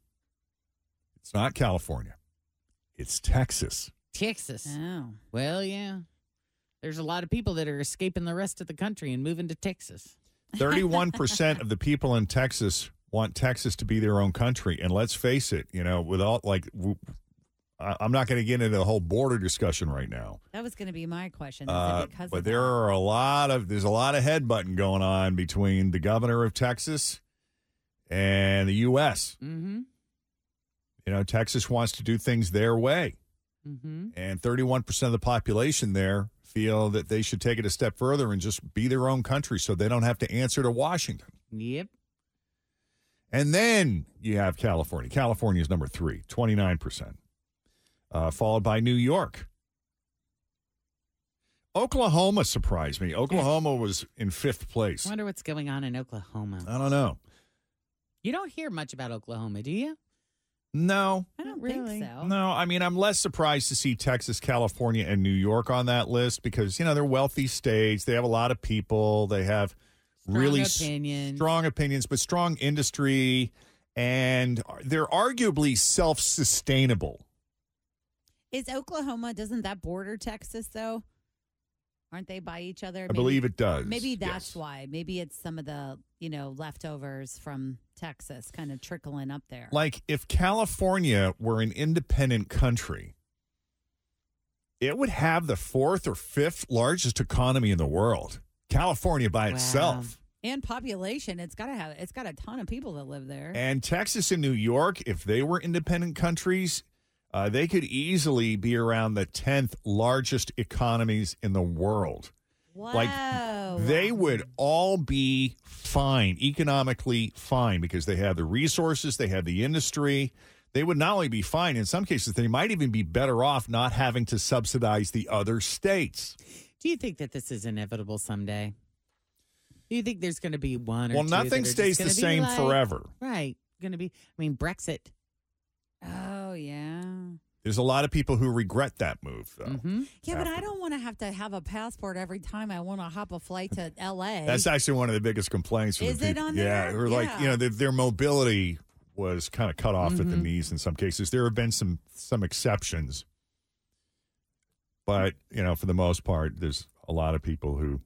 It's not California, it's Texas. Texas. Oh. Well, yeah. There's a lot of people that are escaping the rest of the country and moving to Texas. 31% of the people in Texas want Texas to be their own country. And let's face it, you know, without like, w- I- I'm not going to get into the whole border discussion right now. That was going to be my question. Is Uh, it because but of there that? are a lot of there's a lot of headbutting going on between the governor of Texas and the U.S. Mm-hmm. You know, Texas wants to do things their way. Mm-hmm. and 31% of the population there feel that they should take it a step further and just be their own country so they don't have to answer to Washington. Yep. And then you have California. California is number three, 29%, uh, followed by New York. Oklahoma surprised me. Oklahoma was in fifth place. Wonder what's going on in Oklahoma. I don't know. You don't hear much about Oklahoma, do you? No. I don't really. think so. No, I mean, I'm less surprised to see Texas, California, and New York on that list because, you know, they're wealthy states. They have a lot of people. They have really s- opinions. strong opinions, but strong industry. And are- they're arguably self sustainable. Is Oklahoma, doesn't that border Texas though? Aren't they by each other? I believe it does, Maybe that's yes. why. Maybe it's some of the, you know, leftovers from Texas kind of trickling up there. Like, if California were an independent country, it would have the fourth or fifth largest economy in the world. California by itself. And population, it's got to have it's got a ton of people that live there. And Texas and New York, if they were independent countries, uh, they could easily be around the 10th largest economies in the world. Like they would all be fine, economically fine, because they have the resources, they have the industry. They would not only be fine, in some cases, they might even be better off not having to subsidize the other states. Do you think that this is inevitable someday? Do you think there's going to be one? Or Well, two nothing that are just stays the gonna be same like- forever. right? Going to be. I mean, Brexit. Oh yeah. There's a lot of people who regret that move, though. Mm-hmm. Yeah, but I After- don't want to have to have a passport every time I want to hop a flight to LA. That's actually one of the biggest complaints. From Is the it people. on Yeah, there? or like Yeah. you know their, their mobility was kind of cut off at the Mhm. knees in some cases. There have been some some exceptions, but you know for the most part, there's a lot of people who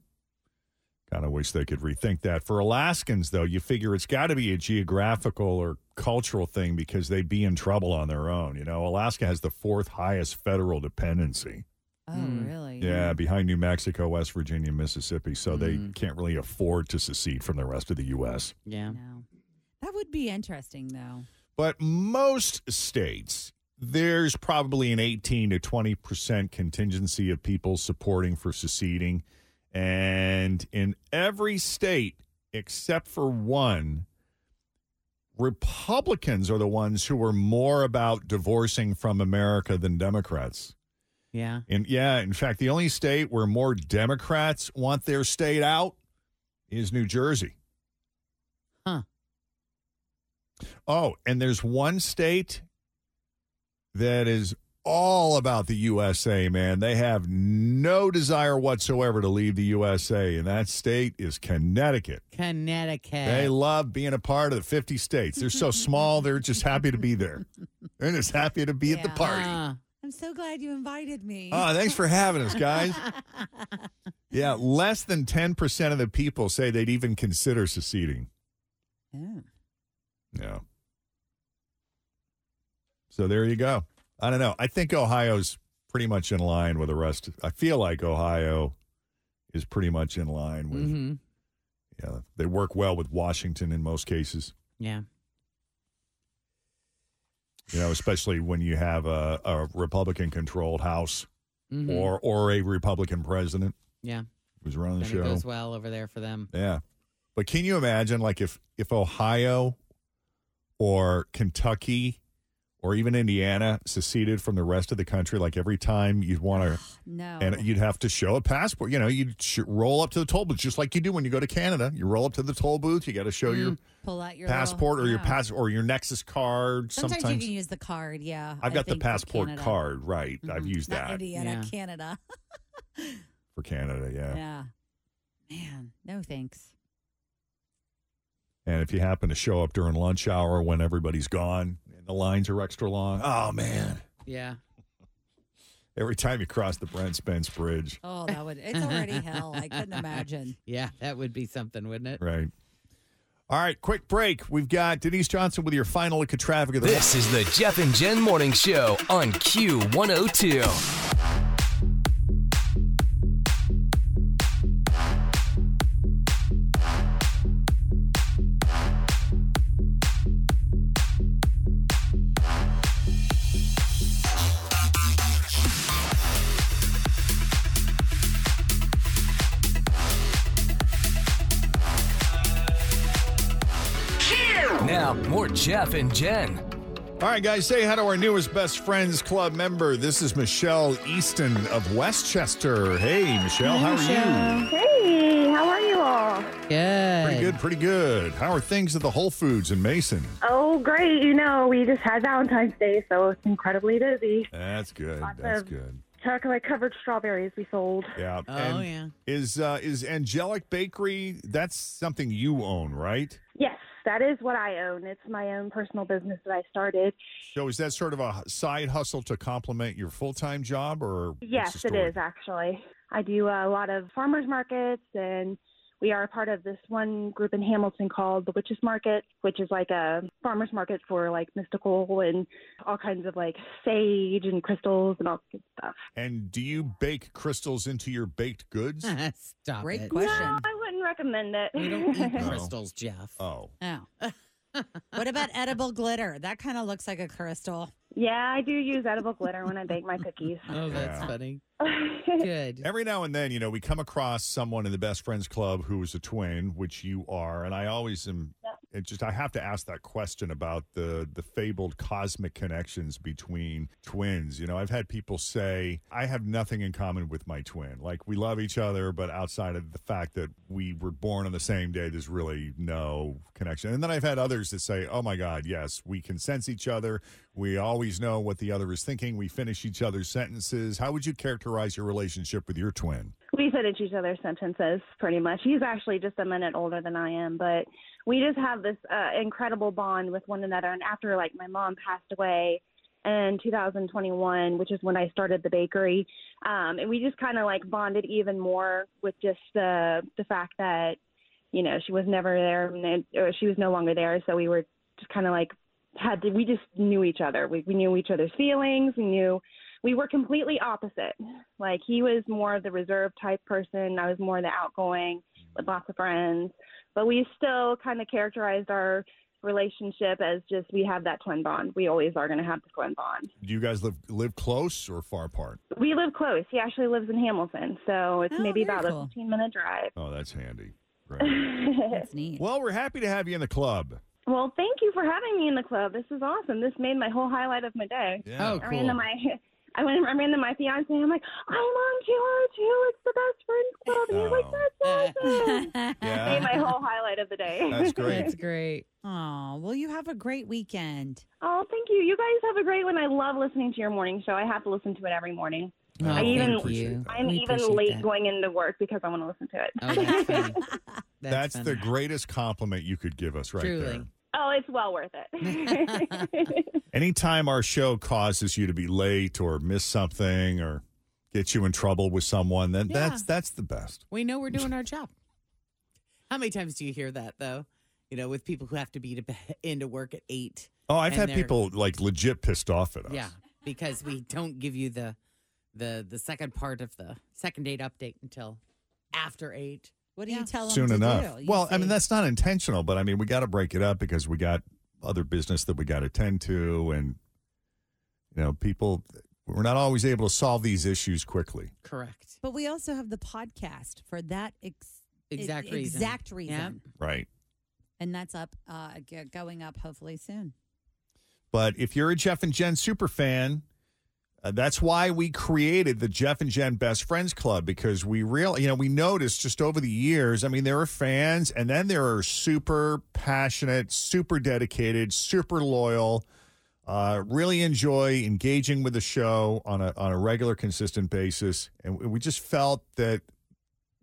kind of wish they could rethink that. For Alaskans, though, you figure it's got to be a geographical or cultural thing because they'd be in trouble on their own. You know, Alaska has the fourth highest federal dependency. Oh, Hmm. really? Yeah, behind New Mexico, West Virginia, Mississippi. So they can't really afford to secede from the rest of the U.S. Yeah. That would be interesting though. But most states, there's probably an 18 to 20% contingency of people supporting for seceding. And in every state except for one, Republicans are the ones who are more about divorcing from America than Democrats. Yeah. And yeah, in fact, the only state where more Democrats want their state out is New Jersey. Huh. Oh, and there's one state that is all about the USA, man. They have no desire whatsoever to leave the USA, and that state is Connecticut. Connecticut. They love being a part of the 50 states. They're so small, they're just happy to be there. They're just happy to be at the Yeah. Uh, party. I'm so glad you invited me. Oh, thanks for having us, guys. Yeah, less than 10% of the people say they'd even consider seceding. Yeah. Yeah. So there you go. I don't know. I think Ohio's pretty much in line with the rest. I feel like Ohio is pretty much in line with, Mhm. yeah, they work well with Washington in most cases, Yeah. you know, especially when you have a, a Republican controlled House Mhm. or, or a Republican president Yeah. who's running the Then it show. goes well over there for them. Yeah. But can you imagine like if if Ohio or Kentucky or even Indiana seceded from the rest of the country like every time you'd want to No. and you'd have to show a passport, you know, you'd sh- roll up to the toll booth just like you do when you go to Canada. You roll up to the toll booth, you got to show your Pull out Mm, your passport little- or your yeah. pass or your Nexus card Sometimes, sometimes. you can use the card. Yeah. I've I got the think for passport Canada. Mm-hmm. card, right. I've used Not that Indiana, Canada. for Canada, Yeah. yeah. Man, no thanks. And if you happen to show up during lunch hour when everybody's gone and the lines are extra long, oh man. Yeah. Every time you cross the Brent Spence Bridge. Oh, that would, it's already hell. I couldn't imagine. Yeah, that would be something, wouldn't it? Right. All right, quick break. We've got Denise Johnson with your final look at traffic of the This is the Jeff and Jen Morning Show on Q102. Now, more Jeff and Jen. All right, guys, say hi to our newest Best Friends Club member. This is Michelle Easton of Westchester. Hey, Michelle, how are you? Hey, how are you all? Good. Pretty good, pretty good. How are things at the Whole Foods in Mason? Oh, great. You know, we just had Valentine's Day, so it's incredibly busy. That's good. Lots That's of good. Chocolate covered strawberries we sold. Yeah. Oh, yeah. Is uh, is Angelic Bakery? That's something you own, right? Yes, that is what I own. It's my own personal business that I started. So is that sort of a side hustle to complement your full time job, or Yes, it is actually. I do a lot of farmers markets, and we are a part of this one group in Hamilton called the Witches Market, which is like a farmers market for like mystical and all kinds of like sage and crystals and all that good stuff. And do you bake crystals into your baked goods? Stop it. No, I wouldn't recommend it. We don't eat No. crystals, Jeff. Oh. Oh. what about edible glitter? That kind of looks like a crystal. Yeah, I do use edible glitter when I bake my cookies. Oh, that's Yeah. funny. Good. Every now and then, you know, we come across someone in the best friends club who is a twin, which you are, and I always am. It just I have to ask that question about the the fabled cosmic connections between twins. You know, I've had people say I have nothing in common with my twin. Like we love each other, but outside of the fact that we were born on the same day, there's really no connection. And then I've had others that say, "Oh my God, yes, we can sense each other. We always know what the other is thinking. We finish each other's sentences." How would you characterize your relationship with your twin? We finish each other's sentences pretty much. He's actually just a minute older than I am, but we just have this uh, incredible bond with one another. And after like my mom passed away in 2021, which is when I started the bakery, um, and we just kind of like bonded even more with just the the fact that you know she was never there, and it- or she was no longer there, so we were just kind of like had to, we just knew each other. We, we knew each other's feelings. We knew we were completely opposite. Like he was more of the reserved type person. I was more the outgoing with lots of friends. But we still kind of characterized our relationship as just we have that twin bond. We always are going to have the twin bond. Do you guys live live close or far apart? We live close. He actually lives in Hamilton, so it's maybe about a 15 minute drive. Oh, that's handy. That's neat. Well, we're happy to have you in the club. Well, thank you for having me in the club. This is awesome. This made my whole highlight of my day. Yeah. Oh, I ran to cool. my, I went, I ran to my fiance. I'm like, I'm on 202. It's the best friends club. And he's like, Oh. that's awesome. Yeah. Made my whole highlight of the day. That's great. Oh, well, you have a great weekend. oh, thank you. You guys have a great one. I love listening to your morning show. I have to listen to it every morning. Oh, I thank even, you. I'm We even appreciate late that. Oh, going into work because I want to listen to it. That's, the greatest compliment you could give us right there. oh, it's well worth it. Anytime our show causes you to be late or miss something or get you in trouble with someone, then Yeah. that's that's the best. We know we're doing our job. How many times do you hear that though? You know, with people who have to be to into work at eight. Oh, I've and had they're- people like legit pissed off at us. Yeah, because we don't give you the the the second part of the second date update until after eight. What do you tell Soon enough. Well, I mean that's not intentional, but I mean we got to break it up because we got other business that we got to tend to, and you know people we're not always able to solve these issues quickly. Correct. But we also have the podcast for that ex- Exact e- reason. Exact Yep. reason. Right. And that's up, uh, g- going up hopefully soon. But if you're a Jeff and Jen super fan, uh, that's why we created the Jeff and Jen Best Friends Club because we real, you know, we noticed just over the years. I mean, there are fans, and then there are super passionate, super dedicated, super loyal. Uh, really enjoy engaging with the show on a on a regular, consistent basis, and we we just felt that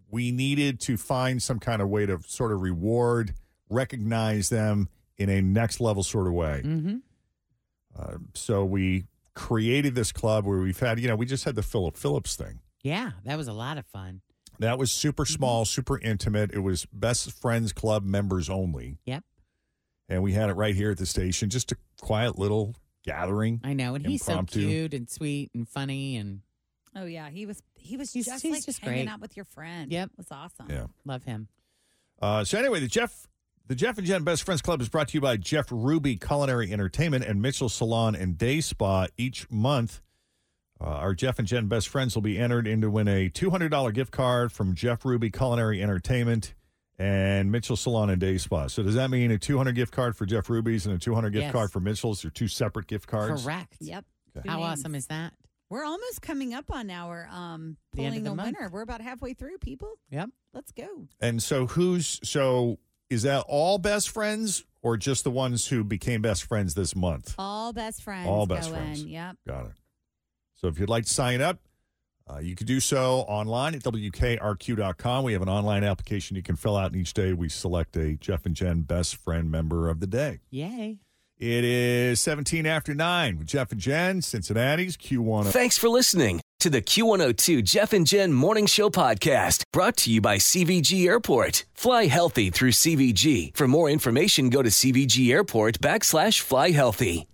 we needed to find some kind of way to sort of reward, recognize them in a next level sort of way. Mm-hmm. Uh, so we created this club where we've had, you know, we just had the Philip Phillips thing. Yeah, that was a lot of fun. That was super Mm-hmm. small, super intimate. It was best friends club members only. Yep. And we had it right here at the station, just a quiet little gathering. I know, and he's so Impromptu. cute and sweet and funny and Oh yeah, he was he was He's- just he's like just hanging great. out with your friend. Yep. it was awesome. Yeah. love him. Uh, so anyway, the Jeff, the Jeff and Jen Best Friends Club is brought to you by Jeff Ruby Culinary Entertainment and Mitchell Salon and Day Spa. Each month, uh, our Jeff and Jen Best Friends will be entered in to win a two hundred dollar gift card from Jeff Ruby Culinary Entertainment and Mitchell Salon and Day Spa. So does that mean a 200 gift card for Jeff Ruby's and a 200 gift Yes. card for Mitchell's? They're two separate gift cards. Correct. Yep. Okay. Two How names. awesome is that? We're almost coming up on our um, The end pulling of the a month. winner. We're about halfway through, people. Yep. Let's go. And so who's so is that all best friends or just the ones who became best friends this month? All best friends. All best go friends. In. Yep. Got it. So if you'd like to sign up, uh, you can do so online at WKRQ.com. We have an online application you can fill out, and each day we select a Jeff and Jen best friend member of the day. Yay. It is 17 after 9 with Jeff and Jen, Cincinnati's Q1. Thanks for listening to the Q102 Jeff and Jen Morning Show podcast brought to you by CVG Airport. Fly healthy through CVG. For more information, go to CVG Airport backslash fly healthy.